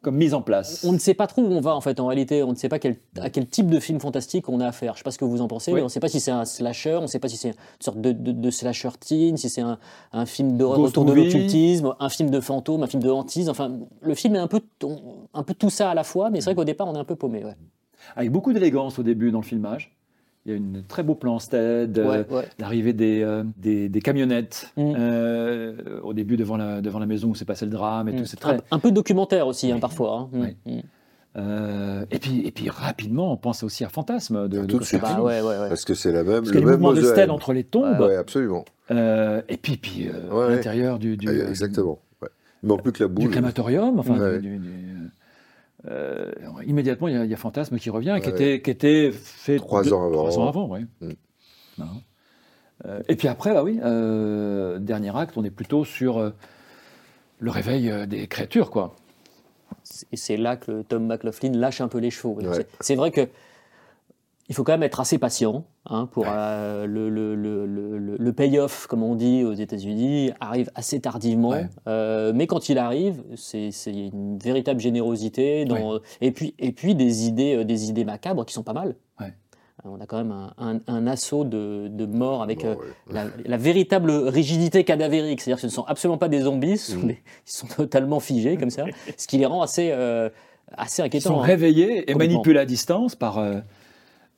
Speaker 3: comme mise en place.
Speaker 2: On ne sait pas trop où on va en fait en réalité, on ne sait pas quel- à quel type de film fantastique on a affaire. Je sais pas ce que vous en pensez,
Speaker 3: Oui.
Speaker 2: mais on ne sait pas si c'est un slasher, on ne sait pas si c'est une sorte de, de- de slasher teen, si c'est un, un film d'horreur
Speaker 3: Ghost
Speaker 2: autour de
Speaker 3: movie.
Speaker 2: l'occultisme, un film de fantôme, un film de hantise. Enfin, le film est un peu, on- un peu tout ça à la fois, mais c'est vrai qu'au départ on est un peu paumé. Ouais.
Speaker 3: Avec beaucoup d'élégance au début dans le filmage. Il y a une très beau plan stead, euh,
Speaker 2: Ouais, ouais.
Speaker 3: l'arrivée des, euh, des, des camionnettes
Speaker 2: Mm.
Speaker 3: euh, au début devant la, devant la maison où s'est passé le drame et
Speaker 2: Mm.
Speaker 3: tout. C'est très,
Speaker 2: un, un peu documentaire aussi hein,
Speaker 3: Oui.
Speaker 2: parfois. hein. Mm.
Speaker 3: Oui.
Speaker 2: Mm.
Speaker 3: Euh, et, puis, et puis rapidement, on pense aussi à Fantasme de,
Speaker 4: Ah,
Speaker 3: de
Speaker 4: tout de
Speaker 3: Costa
Speaker 4: suite.
Speaker 2: Bah
Speaker 3: Rica.
Speaker 2: ouais, ouais, ouais.
Speaker 4: Parce que c'est la même,
Speaker 3: Parce
Speaker 4: le
Speaker 3: qu'il y a les
Speaker 4: même
Speaker 3: mouvements de
Speaker 4: mausolée.
Speaker 3: stèle entre les tombes,
Speaker 4: Ouais, absolument.
Speaker 3: euh, et puis, puis euh,
Speaker 4: Ouais, ouais.
Speaker 3: l'intérieur du, du,
Speaker 4: Ah, Exactement. Ouais. Il manque plus que la
Speaker 3: du
Speaker 4: boule.
Speaker 3: crématorium. Enfin,
Speaker 4: Ouais.
Speaker 3: du- du- du- euh, alors, immédiatement, il y, a- il y a Fantasme qui revient, qui,
Speaker 4: Ouais.
Speaker 3: était, qui était fait
Speaker 4: Trois ans avant.
Speaker 3: trois ans avant, ouais.
Speaker 4: Mm.
Speaker 3: Non. Euh, et puis après, bah oui, euh, dernier acte, on est plutôt sur euh, le réveil euh, des créatures, quoi.
Speaker 2: Et c'est là que le Tom McLaughlin lâche un peu les chevaux.
Speaker 4: Ouais.
Speaker 2: C'est- C'est vrai que il faut quand même être assez patient hein, pour euh, le, le, le, le- le- le payoff, comme on dit aux États-Unis, arrive assez tardivement.
Speaker 3: Ouais.
Speaker 2: Euh, mais quand il arrive, c'est c'est une véritable générosité. Dans, et, puis, et puis des idées, euh, des idées macabres qui sont pas mal.
Speaker 3: Ouais.
Speaker 2: Euh, On a quand même un, un- un assaut de, de morts avec
Speaker 4: Bon,
Speaker 2: euh,
Speaker 4: ouais.
Speaker 2: la, la véritable rigidité cadavérique. C'est-à-dire que ce ne sont absolument pas des zombies, ce
Speaker 3: Mhm.
Speaker 2: sont
Speaker 4: Mm.
Speaker 2: des- ils sont totalement figés comme ça, ce qui les rend assez, euh, assez
Speaker 3: Ils sont
Speaker 2: inquiétants. hein.
Speaker 3: réveillés et
Speaker 2: Complètement.
Speaker 3: manipulés à distance par, euh,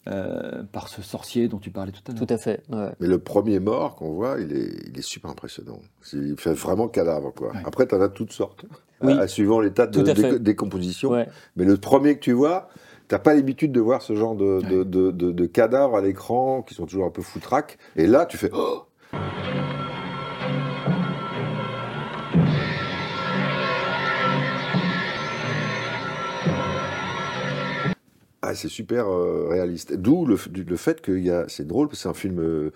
Speaker 3: euh, par ce sorcier dont tu parlais tout à l'heure.
Speaker 2: Tout à fait. ouais.
Speaker 4: Mais le premier mort qu'on voit, il est, il est super impressionnant. C'est- Il fait vraiment cadavre, quoi.
Speaker 3: Ouais.
Speaker 4: Après, t'en as toutes sortes,
Speaker 2: Oui.
Speaker 4: à- à suivant l'état de
Speaker 2: Tout à fait.
Speaker 4: déco- décomposition.
Speaker 2: Ouais.
Speaker 4: Mais le premier que tu vois, t'as pas l'habitude de voir ce genre de, de,
Speaker 3: Ouais.
Speaker 4: de- de- de cadavres à l'écran qui sont toujours un peu foutraques. Et là, tu fais Oh Ah, c'est super euh, réaliste. D'où le, f- du- le fait qu'il y a. C'est drôle, parce que c'est un film euh,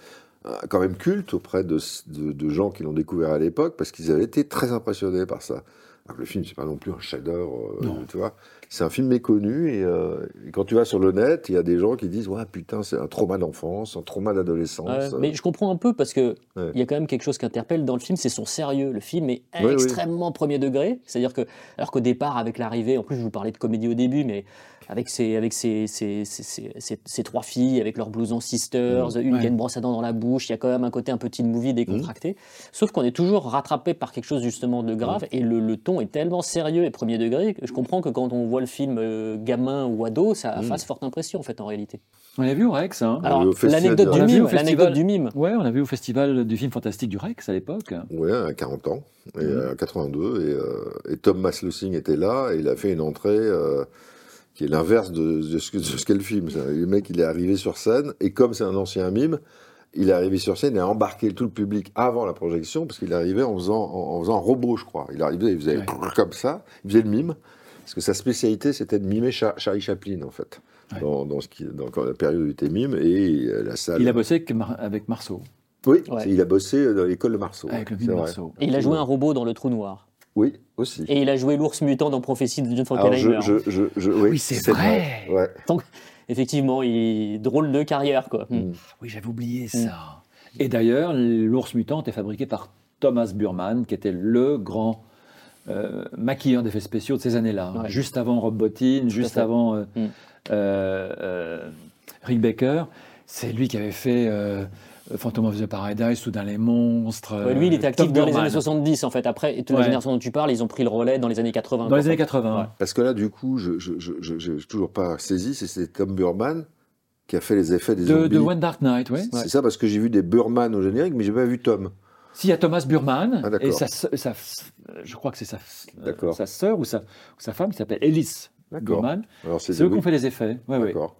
Speaker 4: euh, quand même culte auprès de, s- de- de gens qui l'ont découvert à l'époque, parce qu'ils avaient été très impressionnés par ça. Alors que le film, c'est pas non plus un chef-d'œuvre, euh,
Speaker 3: Non.
Speaker 4: tu vois. C'est un film méconnu, et, euh, et quand tu vas sur le net, il y a des gens qui disent Ouais, putain, c'est un trauma d'enfance, un trauma d'adolescence.
Speaker 2: Ouais, mais je comprends un peu parce que il
Speaker 4: Ouais.
Speaker 2: y a quand même quelque chose qui interpelle dans le film, c'est son sérieux. Le film est
Speaker 4: Ouais, ouais.
Speaker 2: extrêmement premier degré, c'est-à-dire que alors qu'au départ avec l'arrivée, en plus je vous parlais de comédie au début, mais avec ces avec ses, ses- ses- ses- ses- ses trois filles, avec leurs blousons sisters,
Speaker 4: Mm.
Speaker 2: une qui
Speaker 3: Ouais.
Speaker 2: a une brosse à dents dans la bouche, il y a quand même un côté un peu teen movie
Speaker 4: Mm.
Speaker 2: décontracté. Sauf qu'on est toujours rattrapé par quelque chose justement de grave et le, le ton est tellement sérieux et premier degré que je comprends que quand on voit le film euh, gamin ou ado, ça
Speaker 4: Mm.
Speaker 2: fasse forte impression en fait en réalité.
Speaker 3: On l'a vu au Rex, hein
Speaker 4: Ah. On l'a
Speaker 2: Alors
Speaker 4: vu au festival
Speaker 2: l'anecdote
Speaker 4: de-
Speaker 2: du
Speaker 3: On l'a vu
Speaker 2: mime,
Speaker 3: au
Speaker 2: l'anecdote
Speaker 3: festival.
Speaker 2: du mime.
Speaker 3: Ouais, on l'a vu au festival du film fantastique du Rex à l'époque.
Speaker 4: Ouais, à 40 ans, et
Speaker 3: Mhm.
Speaker 4: à 82, et, euh, et Tom Maslosing était là, et il a fait une entrée euh, qui est l'inverse de, de ce que- de ce qu'est le film. ça. Le mec, il est arrivé sur scène, et comme c'est un ancien mime, il est arrivé sur scène et a embarqué tout le public avant la projection, parce qu'il arrivait en faisant, en, en faisant un robot, je crois. Il arrivait, il faisait
Speaker 3: Ouais.
Speaker 4: comme ça, il faisait le mime, parce que sa spécialité, c'était de mimer Cha- Charlie Chaplin, en fait,
Speaker 3: Ouais.
Speaker 4: dans, dans ce qui, dans quand la période où il était mime, et euh, la salle...
Speaker 3: Il a bossé avec, Mar- avec Marceau,
Speaker 4: Oui,
Speaker 2: Ouais.
Speaker 4: il a bossé euh, dans l'école de Marceau.
Speaker 3: avec le
Speaker 4: c'est
Speaker 3: film
Speaker 4: vrai.
Speaker 3: Marceau.
Speaker 2: Et il a joué un robot dans Le Trou Noir.
Speaker 4: Oui, aussi.
Speaker 2: Et il a joué l'ours mutant dans Prophétie de John
Speaker 4: Alors,
Speaker 2: Frankenheimer.
Speaker 4: je- je- je- je- oui,
Speaker 3: Oui, c'est
Speaker 4: c'est
Speaker 3: vrai.
Speaker 4: Ouais.
Speaker 2: Effectivement, il drôle de carrière, quoi.
Speaker 4: Mm.
Speaker 3: Oui, j'avais oublié
Speaker 2: Mm.
Speaker 3: ça. Et d'ailleurs, l'ours mutant était fabriqué par Thomas Burman, qui était le grand euh, maquilleur d'effets spéciaux de ces années-là. hein.
Speaker 2: Ouais.
Speaker 3: Juste avant Rob Bottin, juste
Speaker 2: fait.
Speaker 3: avant euh,
Speaker 2: Mm.
Speaker 3: euh, euh, Rick Baker. C'est lui qui avait fait euh, euh, Phantom of the Paradise, Soudain les monstres.
Speaker 2: Ouais, lui, il était
Speaker 3: euh,
Speaker 2: actif
Speaker 3: Top
Speaker 2: dans les
Speaker 3: Gun
Speaker 2: années
Speaker 3: Man.
Speaker 2: 70, en fait. Après, et toute la
Speaker 3: Ouais.
Speaker 2: génération dont tu parles, ils ont pris le relais dans les années 80.
Speaker 3: Dans les
Speaker 2: quoi.
Speaker 3: années 80.
Speaker 2: Ouais.
Speaker 4: Parce que là, du coup, je je- je- je- je- j'ai toujours pas saisi si c'était Tom Burman qui a fait les effets des
Speaker 3: De,
Speaker 4: zombies.
Speaker 3: de One Dark Knight, oui.
Speaker 4: C'est ça, parce que j'ai vu des Burman au générique, mais j'ai pas vu Tom.
Speaker 3: S'il y a Thomas Burman,
Speaker 4: Ah, d'accord.
Speaker 3: et sa, se- sa- euh, je crois que c'est sa, euh,
Speaker 4: D'accord.
Speaker 3: sa sœur ou sa, ou sa femme qui s'appelle Ellis
Speaker 4: D'accord.
Speaker 3: Burman.
Speaker 4: Alors c'est
Speaker 3: C'est eux
Speaker 4: des-
Speaker 3: qui ont fait les effets. Ouais, ouais.
Speaker 4: D'accord.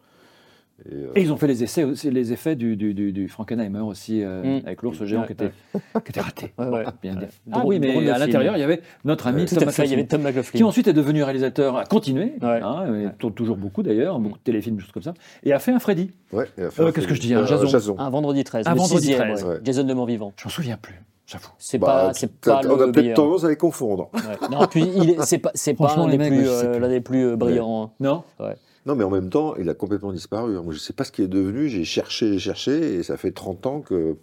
Speaker 4: Et, euh,
Speaker 3: Et ils ont fait les essais aussi, les effets du, du, du, du Frankenheimer aussi, euh,
Speaker 2: Mm.
Speaker 3: avec l'ours géant
Speaker 2: Ouais,
Speaker 3: qui, était, qui était raté.
Speaker 2: Ouais, ouais.
Speaker 3: Bien dit.
Speaker 2: Ouais.
Speaker 3: Ah
Speaker 2: Drôle-
Speaker 3: oui,
Speaker 2: drôle
Speaker 3: mais
Speaker 2: de
Speaker 3: à
Speaker 2: film.
Speaker 3: l'intérieur, il y avait notre ami
Speaker 2: Tout à
Speaker 3: Thomas
Speaker 2: fait, il y
Speaker 3: Thompson,
Speaker 2: avait Tom McLaughlin.
Speaker 3: qui ensuite est devenu réalisateur, a continué,
Speaker 2: Ouais.
Speaker 3: hein, et
Speaker 2: Ouais.
Speaker 3: tourne toujours beaucoup d'ailleurs, beaucoup de téléfilms, des choses comme ça, et a fait un Freddy.
Speaker 4: ouais, et à
Speaker 3: Euh,
Speaker 4: faire-
Speaker 3: qu'est-ce que je dis, un
Speaker 4: Euh,
Speaker 3: Jason. Ah,
Speaker 2: Un vendredi 13.
Speaker 3: Un
Speaker 2: le
Speaker 3: vendredi
Speaker 2: sixième,
Speaker 3: 13,
Speaker 2: ouais.
Speaker 4: ouais.
Speaker 2: Jason de Mort-Vivant.
Speaker 3: Je m'en souviens plus, j'avoue.
Speaker 2: C'est
Speaker 4: Bah,
Speaker 2: pas, c'est
Speaker 4: t'as-
Speaker 2: pas le
Speaker 4: on a peut-être
Speaker 2: meilleur.
Speaker 4: tendance à les confondre.
Speaker 2: Ouais. Non, puis il est- c'est pas, c'est pas
Speaker 3: Franchement,
Speaker 2: l'un
Speaker 3: les
Speaker 2: des,
Speaker 3: mecs,
Speaker 2: plus,
Speaker 3: moi, je sais
Speaker 2: euh,
Speaker 3: plus.
Speaker 2: l'un des plus euh, brillants. hein.
Speaker 3: Non
Speaker 4: Non, mais en même temps, il a complètement disparu. hein. Moi, je ne sais pas ce qu'il est devenu. J'ai cherché, j'ai cherché, et ça fait 30 ans que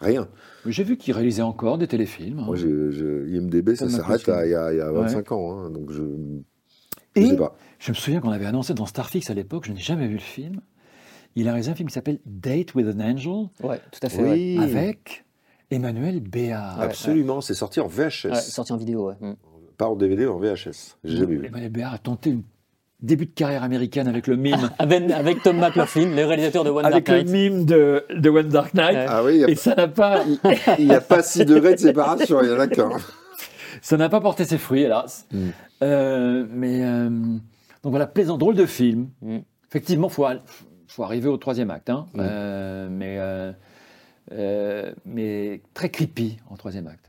Speaker 4: rien.
Speaker 3: Mais J'ai vu qu'il réalisait encore des téléfilms. hein.
Speaker 4: Moi, je- je- IMDB, ça
Speaker 3: Tom
Speaker 4: s'arrête
Speaker 3: McLaughlin.
Speaker 4: à- il y, a il y a 25 ans. hein. donc, je ne
Speaker 3: Et
Speaker 4: sais pas.
Speaker 3: je me souviens qu'on avait annoncé dans Starfix à l'époque, je n'ai jamais vu le film, il a réalisé un film qui s'appelle Date with an Angel,
Speaker 2: Ouais, tout à fait. ouais.
Speaker 4: Oui,
Speaker 3: avec Emmanuel
Speaker 2: Ah,
Speaker 3: Béard.
Speaker 4: absolument. C'est sorti en VHS.
Speaker 2: Ouais, sorti en vidéo, ouais. Mm.
Speaker 4: Pas en DVD, en VHS. J'ai jamais vu.
Speaker 3: Emmanuel Béard Eh ben, a tenté une début de carrière américaine avec le mime,
Speaker 2: Avec, avec Tom McLaughlin, le réalisateur de One
Speaker 3: avec
Speaker 2: Dark
Speaker 3: le
Speaker 2: Knight.
Speaker 3: mime de, de One Dark Knight.
Speaker 2: Ouais.
Speaker 4: Ah oui,
Speaker 3: Et ça n'a pas,
Speaker 4: il n'y a, pas 6 degrés de séparation. Il y en a qu'un.
Speaker 3: ça n'a pas porté ses fruits, hélas.
Speaker 4: Mm.
Speaker 3: Euh, mais euh, donc voilà, plaisant, drôle de film.
Speaker 2: Mm.
Speaker 3: Effectivement, faut, al- faut arriver au troisième acte, hein.
Speaker 2: Mm.
Speaker 3: Euh, mais euh, euh, mais très creepy en troisième acte.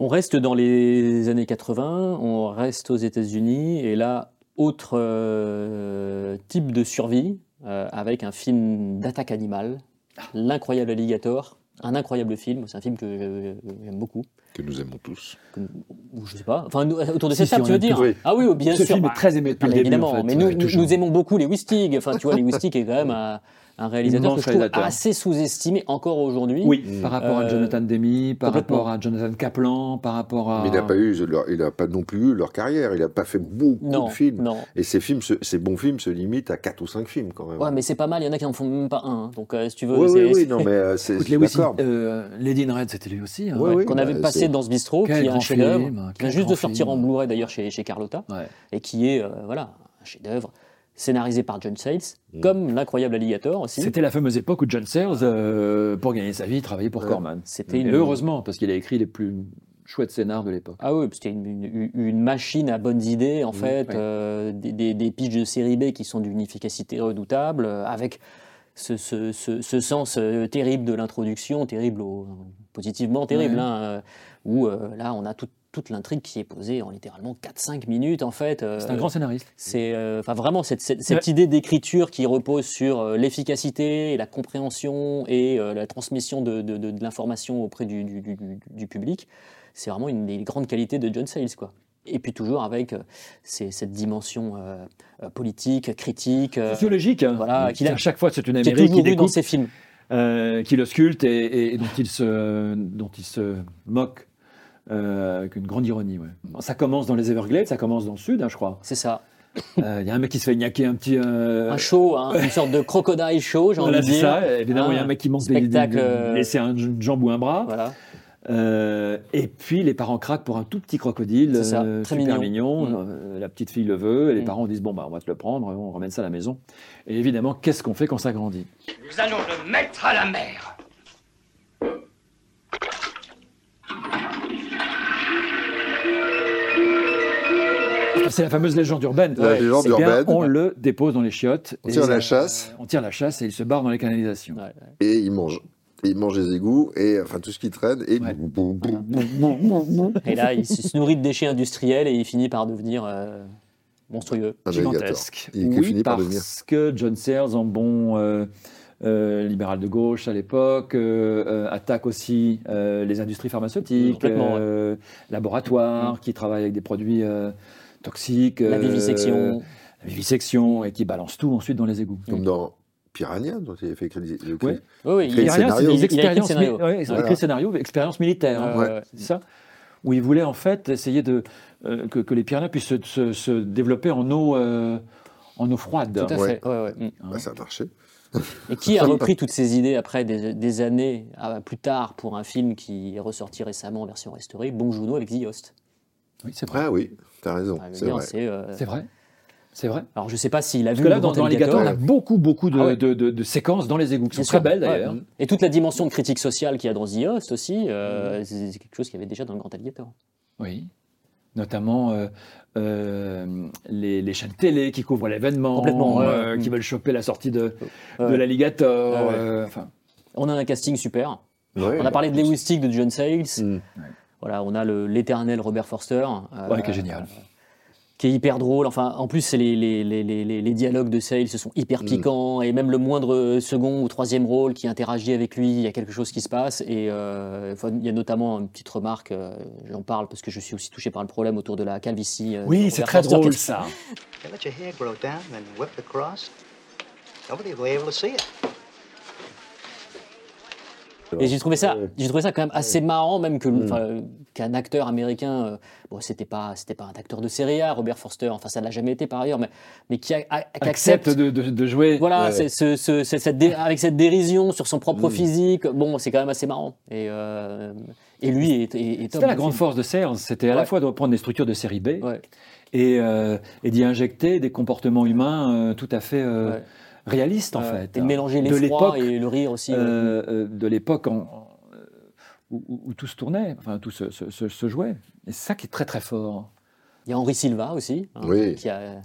Speaker 2: On reste dans les années 80, on reste aux États-Unis, et là, autre euh, type de survie, euh, avec un film d'attaque animale, L'incroyable alligator, un incroyable film, c'est un film que euh, j'aime beaucoup.
Speaker 4: Que nous aimons tous.
Speaker 2: que- ou je sais pas, enfin nous, euh, autour de
Speaker 3: Si,
Speaker 2: cette
Speaker 3: si,
Speaker 2: table,
Speaker 3: on
Speaker 2: tu veux
Speaker 3: aime
Speaker 2: dire
Speaker 4: tous, oui.
Speaker 2: Ah oui, oui, bien
Speaker 3: Ce
Speaker 2: sûr.
Speaker 3: film
Speaker 2: bah,
Speaker 3: est très aimé depuis
Speaker 2: Ah,
Speaker 3: le
Speaker 2: mais
Speaker 3: début.
Speaker 2: évidemment,
Speaker 3: en fait,
Speaker 2: mais nous,
Speaker 3: euh,
Speaker 2: nous-
Speaker 3: toujours.
Speaker 2: nous aimons beaucoup les Wistig. Enfin, tu vois, les Wistig est quand même un, un réalisateur
Speaker 3: Immense
Speaker 2: que je trouve
Speaker 3: réalisateur.
Speaker 2: assez sous-estimé encore aujourd'hui.
Speaker 3: Oui,
Speaker 4: Mm.
Speaker 3: par rapport à
Speaker 2: Euh,
Speaker 3: Jonathan Demi, par
Speaker 2: complètement.
Speaker 3: rapport à Jonathan Kaplan, par rapport à.
Speaker 4: Mais il n'a pas eu, leur- il n'a pas non plus eu leur carrière. Il n'a pas fait beaucoup
Speaker 2: Non,
Speaker 4: de films.
Speaker 2: non.
Speaker 4: Et ces films, se- ces bons films se limitent à 4 ou 5 films quand même.
Speaker 2: Ouais, mais c'est pas mal. Il y en a qui en font même pas un. hein. Donc, euh, si tu veux,
Speaker 4: oui,
Speaker 2: c'est
Speaker 4: oui, oui,
Speaker 2: c'est-
Speaker 4: non, mais euh, c'est
Speaker 3: Écoute,
Speaker 4: je suis
Speaker 3: Lewis,
Speaker 4: d'accord.
Speaker 3: euh, Lady in Red, c'était lui aussi. hein.
Speaker 4: Ouais, oui,
Speaker 2: qu'on
Speaker 4: bah,
Speaker 2: avait passé
Speaker 4: c'est-
Speaker 2: dans ce bistrot, qui
Speaker 3: Quel
Speaker 2: est un
Speaker 3: grand
Speaker 2: chef-d'œuvre,
Speaker 3: film,
Speaker 2: qui vient
Speaker 3: quel
Speaker 2: juste de
Speaker 3: grand
Speaker 2: sortir
Speaker 3: film.
Speaker 2: en Blu-ray d'ailleurs chez, chez Carlotta,
Speaker 3: Ouais.
Speaker 2: et qui est euh, voilà un chef-d'œuvre scénarisé par John Sayles,
Speaker 4: Mm.
Speaker 2: comme l'incroyable alligator aussi.
Speaker 3: C'était la fameuse époque où John Sayers, euh, pour gagner sa vie, travaillait pour
Speaker 4: Ouais.
Speaker 3: Corman.
Speaker 2: C'était
Speaker 3: Et
Speaker 2: une...
Speaker 3: heureusement, parce qu'il a écrit les plus chouettes scénars de l'époque.
Speaker 2: Ah oui, parce qu'il y a une, une- une machine à bonnes idées, en
Speaker 3: Oui,
Speaker 2: fait,
Speaker 3: oui.
Speaker 2: euh, des, des, des pitchs de série B qui sont d'une efficacité redoutable, euh, avec ce, ce- ce- ce sens euh, terrible de l'introduction, terrible au, positivement terrible,
Speaker 3: Ouais.
Speaker 2: hein, euh, où euh, là, on a tout- toute l'intrigue qui est posée en littéralement 4-5 minutes, en fait. euh,
Speaker 3: C'est un grand scénariste.
Speaker 2: c'est euh, enfin vraiment cette, cette- cette
Speaker 3: Ouais.
Speaker 2: idée d'écriture qui repose sur euh, l'efficacité, et la compréhension et euh, la transmission de, de- de- de l'information auprès du, du- du- du- du public. C'est vraiment une des grandes qualités de John Sayles, quoi. Et puis toujours avec euh, ces- cette dimension euh, euh, politique, critique, euh,
Speaker 3: Sociologique, hein.
Speaker 2: voilà, qu'il a-
Speaker 3: à chaque fois c'est une
Speaker 2: qui est
Speaker 3: Amérique qui
Speaker 2: toujours eu dans
Speaker 3: découpe,
Speaker 2: ses films.
Speaker 3: euh, qui le sculpte et, et- et dont, il se, dont il se moque euh, avec une grande ironie. ouais. Ça commence dans les Everglades, ça commence dans le sud, hein, je crois.
Speaker 2: C'est ça.
Speaker 3: Euh, Il y a un mec qui se fait gnaquer un petit... euh,
Speaker 2: Un show, hein, une sorte de crocodile show, j'ai
Speaker 3: voilà,
Speaker 2: envie de
Speaker 3: c'est
Speaker 2: dire.
Speaker 3: ça. Évidemment, il y a
Speaker 2: Ah,
Speaker 3: un mec qui mange des- des-
Speaker 2: spectacle,
Speaker 3: des-
Speaker 2: euh,
Speaker 3: et c'est un- une jambe ou un bras.
Speaker 2: Voilà.
Speaker 3: Euh, et puis les parents craquent pour un tout petit crocodile,
Speaker 2: C'est ça,
Speaker 3: euh,
Speaker 2: très
Speaker 3: super
Speaker 2: mignon.
Speaker 3: mignon. euh, la petite fille le veut, et les
Speaker 2: Mm.
Speaker 3: parents disent bon bah on va te le prendre, on ramène ça à la maison. Et évidemment, qu'est-ce qu'on fait quand ça grandit
Speaker 7: Nous allons le mettre à la mer.
Speaker 3: C'est la fameuse légende urbaine.
Speaker 4: La légende
Speaker 3: C'est bien,
Speaker 4: urbaine.
Speaker 3: on le dépose dans les chiottes.
Speaker 4: On
Speaker 3: et,
Speaker 4: tire la
Speaker 3: euh,
Speaker 4: chasse.
Speaker 3: on tire la chasse et il se barre dans les canalisations.
Speaker 2: Ouais.
Speaker 4: Et ils mangent. Et ils mangent les égouts, et enfin tout ce qui traîne. Et
Speaker 3: Ouais.
Speaker 4: boum, boum, boum.
Speaker 2: Et là, il se nourrit de déchets industriels et il finit par devenir euh, monstrueux.
Speaker 4: Un
Speaker 3: Gigantesque.
Speaker 4: Il- qui
Speaker 3: oui,
Speaker 4: finit par
Speaker 3: parce
Speaker 4: devenir-
Speaker 3: que John Sears, en bon euh, euh, libéral de gauche à l'époque, euh, euh, attaque aussi euh, les industries pharmaceutiques,
Speaker 2: Complètement, Mm-hmm.
Speaker 3: euh, laboratoires qui travaillent avec des produits euh, toxiques,
Speaker 2: La
Speaker 3: euh,
Speaker 2: vivisection.
Speaker 3: la vivisection et qui balance tout ensuite dans les égouts.
Speaker 4: Comme dans Piranha, dont il a fait crédit.
Speaker 3: Mm.
Speaker 4: le
Speaker 3: Ouais.
Speaker 4: crédit.
Speaker 2: Oui, oui,
Speaker 3: Il
Speaker 4: Écrit le
Speaker 3: y a rien, c'est
Speaker 4: scénario.
Speaker 3: des
Speaker 2: Il a écrit le
Speaker 3: expériences,
Speaker 2: scénario.
Speaker 3: mi- ouais, c'est
Speaker 4: Voilà.
Speaker 3: écrit le scénario, expérience militaire, hein,
Speaker 2: Ouais.
Speaker 3: euh, c'est ça, où il voulait en fait essayer de euh, que, que les Pyrénées puissent se, se- se développer en eau euh, en eau froide.
Speaker 2: euh, Tout à
Speaker 4: Ouais.
Speaker 2: fait. ouais, ouais, mm.
Speaker 4: Bah, ça a marché.
Speaker 2: Et qui a repris toutes ces idées après des, des années ah, plus tard pour un film qui est ressorti récemment en version restaurée, Bon Juno avec The Host.
Speaker 3: Oui, c'est vrai,
Speaker 4: Ah oui, t'as raison,
Speaker 2: Ah, le
Speaker 4: c'est
Speaker 2: lien,
Speaker 4: vrai.
Speaker 2: c'est, euh,
Speaker 3: c'est vrai, c'est vrai.
Speaker 2: Alors je sais pas s'il a
Speaker 3: Parce
Speaker 2: vu
Speaker 3: que là,
Speaker 2: le
Speaker 3: dans,
Speaker 2: Grand
Speaker 3: dans Alligator, on a
Speaker 4: Alligator,
Speaker 3: beaucoup, beaucoup de,
Speaker 2: Ah ouais.
Speaker 3: de- de- de séquences dans les égouts qui sont
Speaker 2: Bien
Speaker 3: très
Speaker 2: sûr,
Speaker 3: belles
Speaker 2: ouais. Mm.
Speaker 3: d'ailleurs.
Speaker 2: Et toute la dimension de critique sociale qu'il y a dans The Host aussi,
Speaker 4: Mm.
Speaker 2: euh, c'est c'est quelque chose qu'il y avait déjà dans le Grand Alligator.
Speaker 3: Oui. Notamment euh, euh, les, les chaînes télé qui couvrent l'événement,
Speaker 2: Complètement, ouais,
Speaker 3: euh,
Speaker 2: ouais.
Speaker 3: qui veulent choper la sortie de, de
Speaker 2: Ouais. Ah
Speaker 3: l'alligator.
Speaker 2: Ouais, ouais.
Speaker 3: euh, enfin,
Speaker 2: On a un casting super.
Speaker 4: Ouais.
Speaker 2: On a parlé de Lewis Stick de John Sayles.
Speaker 4: Mm.
Speaker 2: Voilà, on a le- l'éternel Robert Forster. euh,
Speaker 3: ouais, qui est génial.
Speaker 2: qui est hyper drôle. Enfin, en plus, c'est les, les, les, les, les- les dialogues de Sale se sont hyper
Speaker 4: Mm.
Speaker 2: piquants et même le moindre euh, second ou troisième rôle qui interagit avec lui, il y a quelque chose qui se passe. Et euh, enfin, il y a notamment une petite remarque, euh, j'en parle parce que je suis aussi touché par le problème autour de la calvitie. euh, de
Speaker 3: Oui, c'est
Speaker 2: Robert
Speaker 3: très
Speaker 2: Forster,
Speaker 3: drôle
Speaker 2: qui est-
Speaker 3: ça.
Speaker 8: They let your hair grow down and whip across. Nobody will be able to see it.
Speaker 2: Et j'ai trouvé ça, j'ai trouvé ça quand même assez marrant, même que le-
Speaker 4: Mm.
Speaker 2: enfin, euh, qu'un acteur américain, euh, bon, c'était pas, c'était pas un acteur de série A, Robert Forster. Enfin, ça l'a jamais été par ailleurs, mais mais qui a- a- qui
Speaker 3: Accepte
Speaker 2: accepte
Speaker 3: de, de- de jouer.
Speaker 2: Voilà,
Speaker 4: Ouais.
Speaker 2: c'est- ce- ce- c'est- cette dé- avec cette dérision sur son propre
Speaker 4: Mm.
Speaker 2: physique, bon, c'est quand même assez marrant. Et, euh, et lui est, est, est top.
Speaker 3: C'était la
Speaker 2: du
Speaker 3: grande
Speaker 2: film.
Speaker 3: force de Sears, c'était à la
Speaker 2: Ouais.
Speaker 3: fois de reprendre des structures de série B
Speaker 2: Ouais,
Speaker 3: et, euh, et d'y injecter des comportements humains euh, tout à fait euh,
Speaker 2: ouais.
Speaker 3: réalistes en
Speaker 2: Euh,
Speaker 3: fait. hein,
Speaker 2: Et de mélanger
Speaker 3: De l'époque,
Speaker 2: l'effroi et le rire aussi.
Speaker 3: euh, euh, de l'époque en- en- euh, où, où- où tout se tournait, enfin tout se, se- se- se jouait. Et c'est ça qui est très très fort.
Speaker 2: Il y a Henri Silva aussi, hein,
Speaker 4: Oui.
Speaker 2: qui a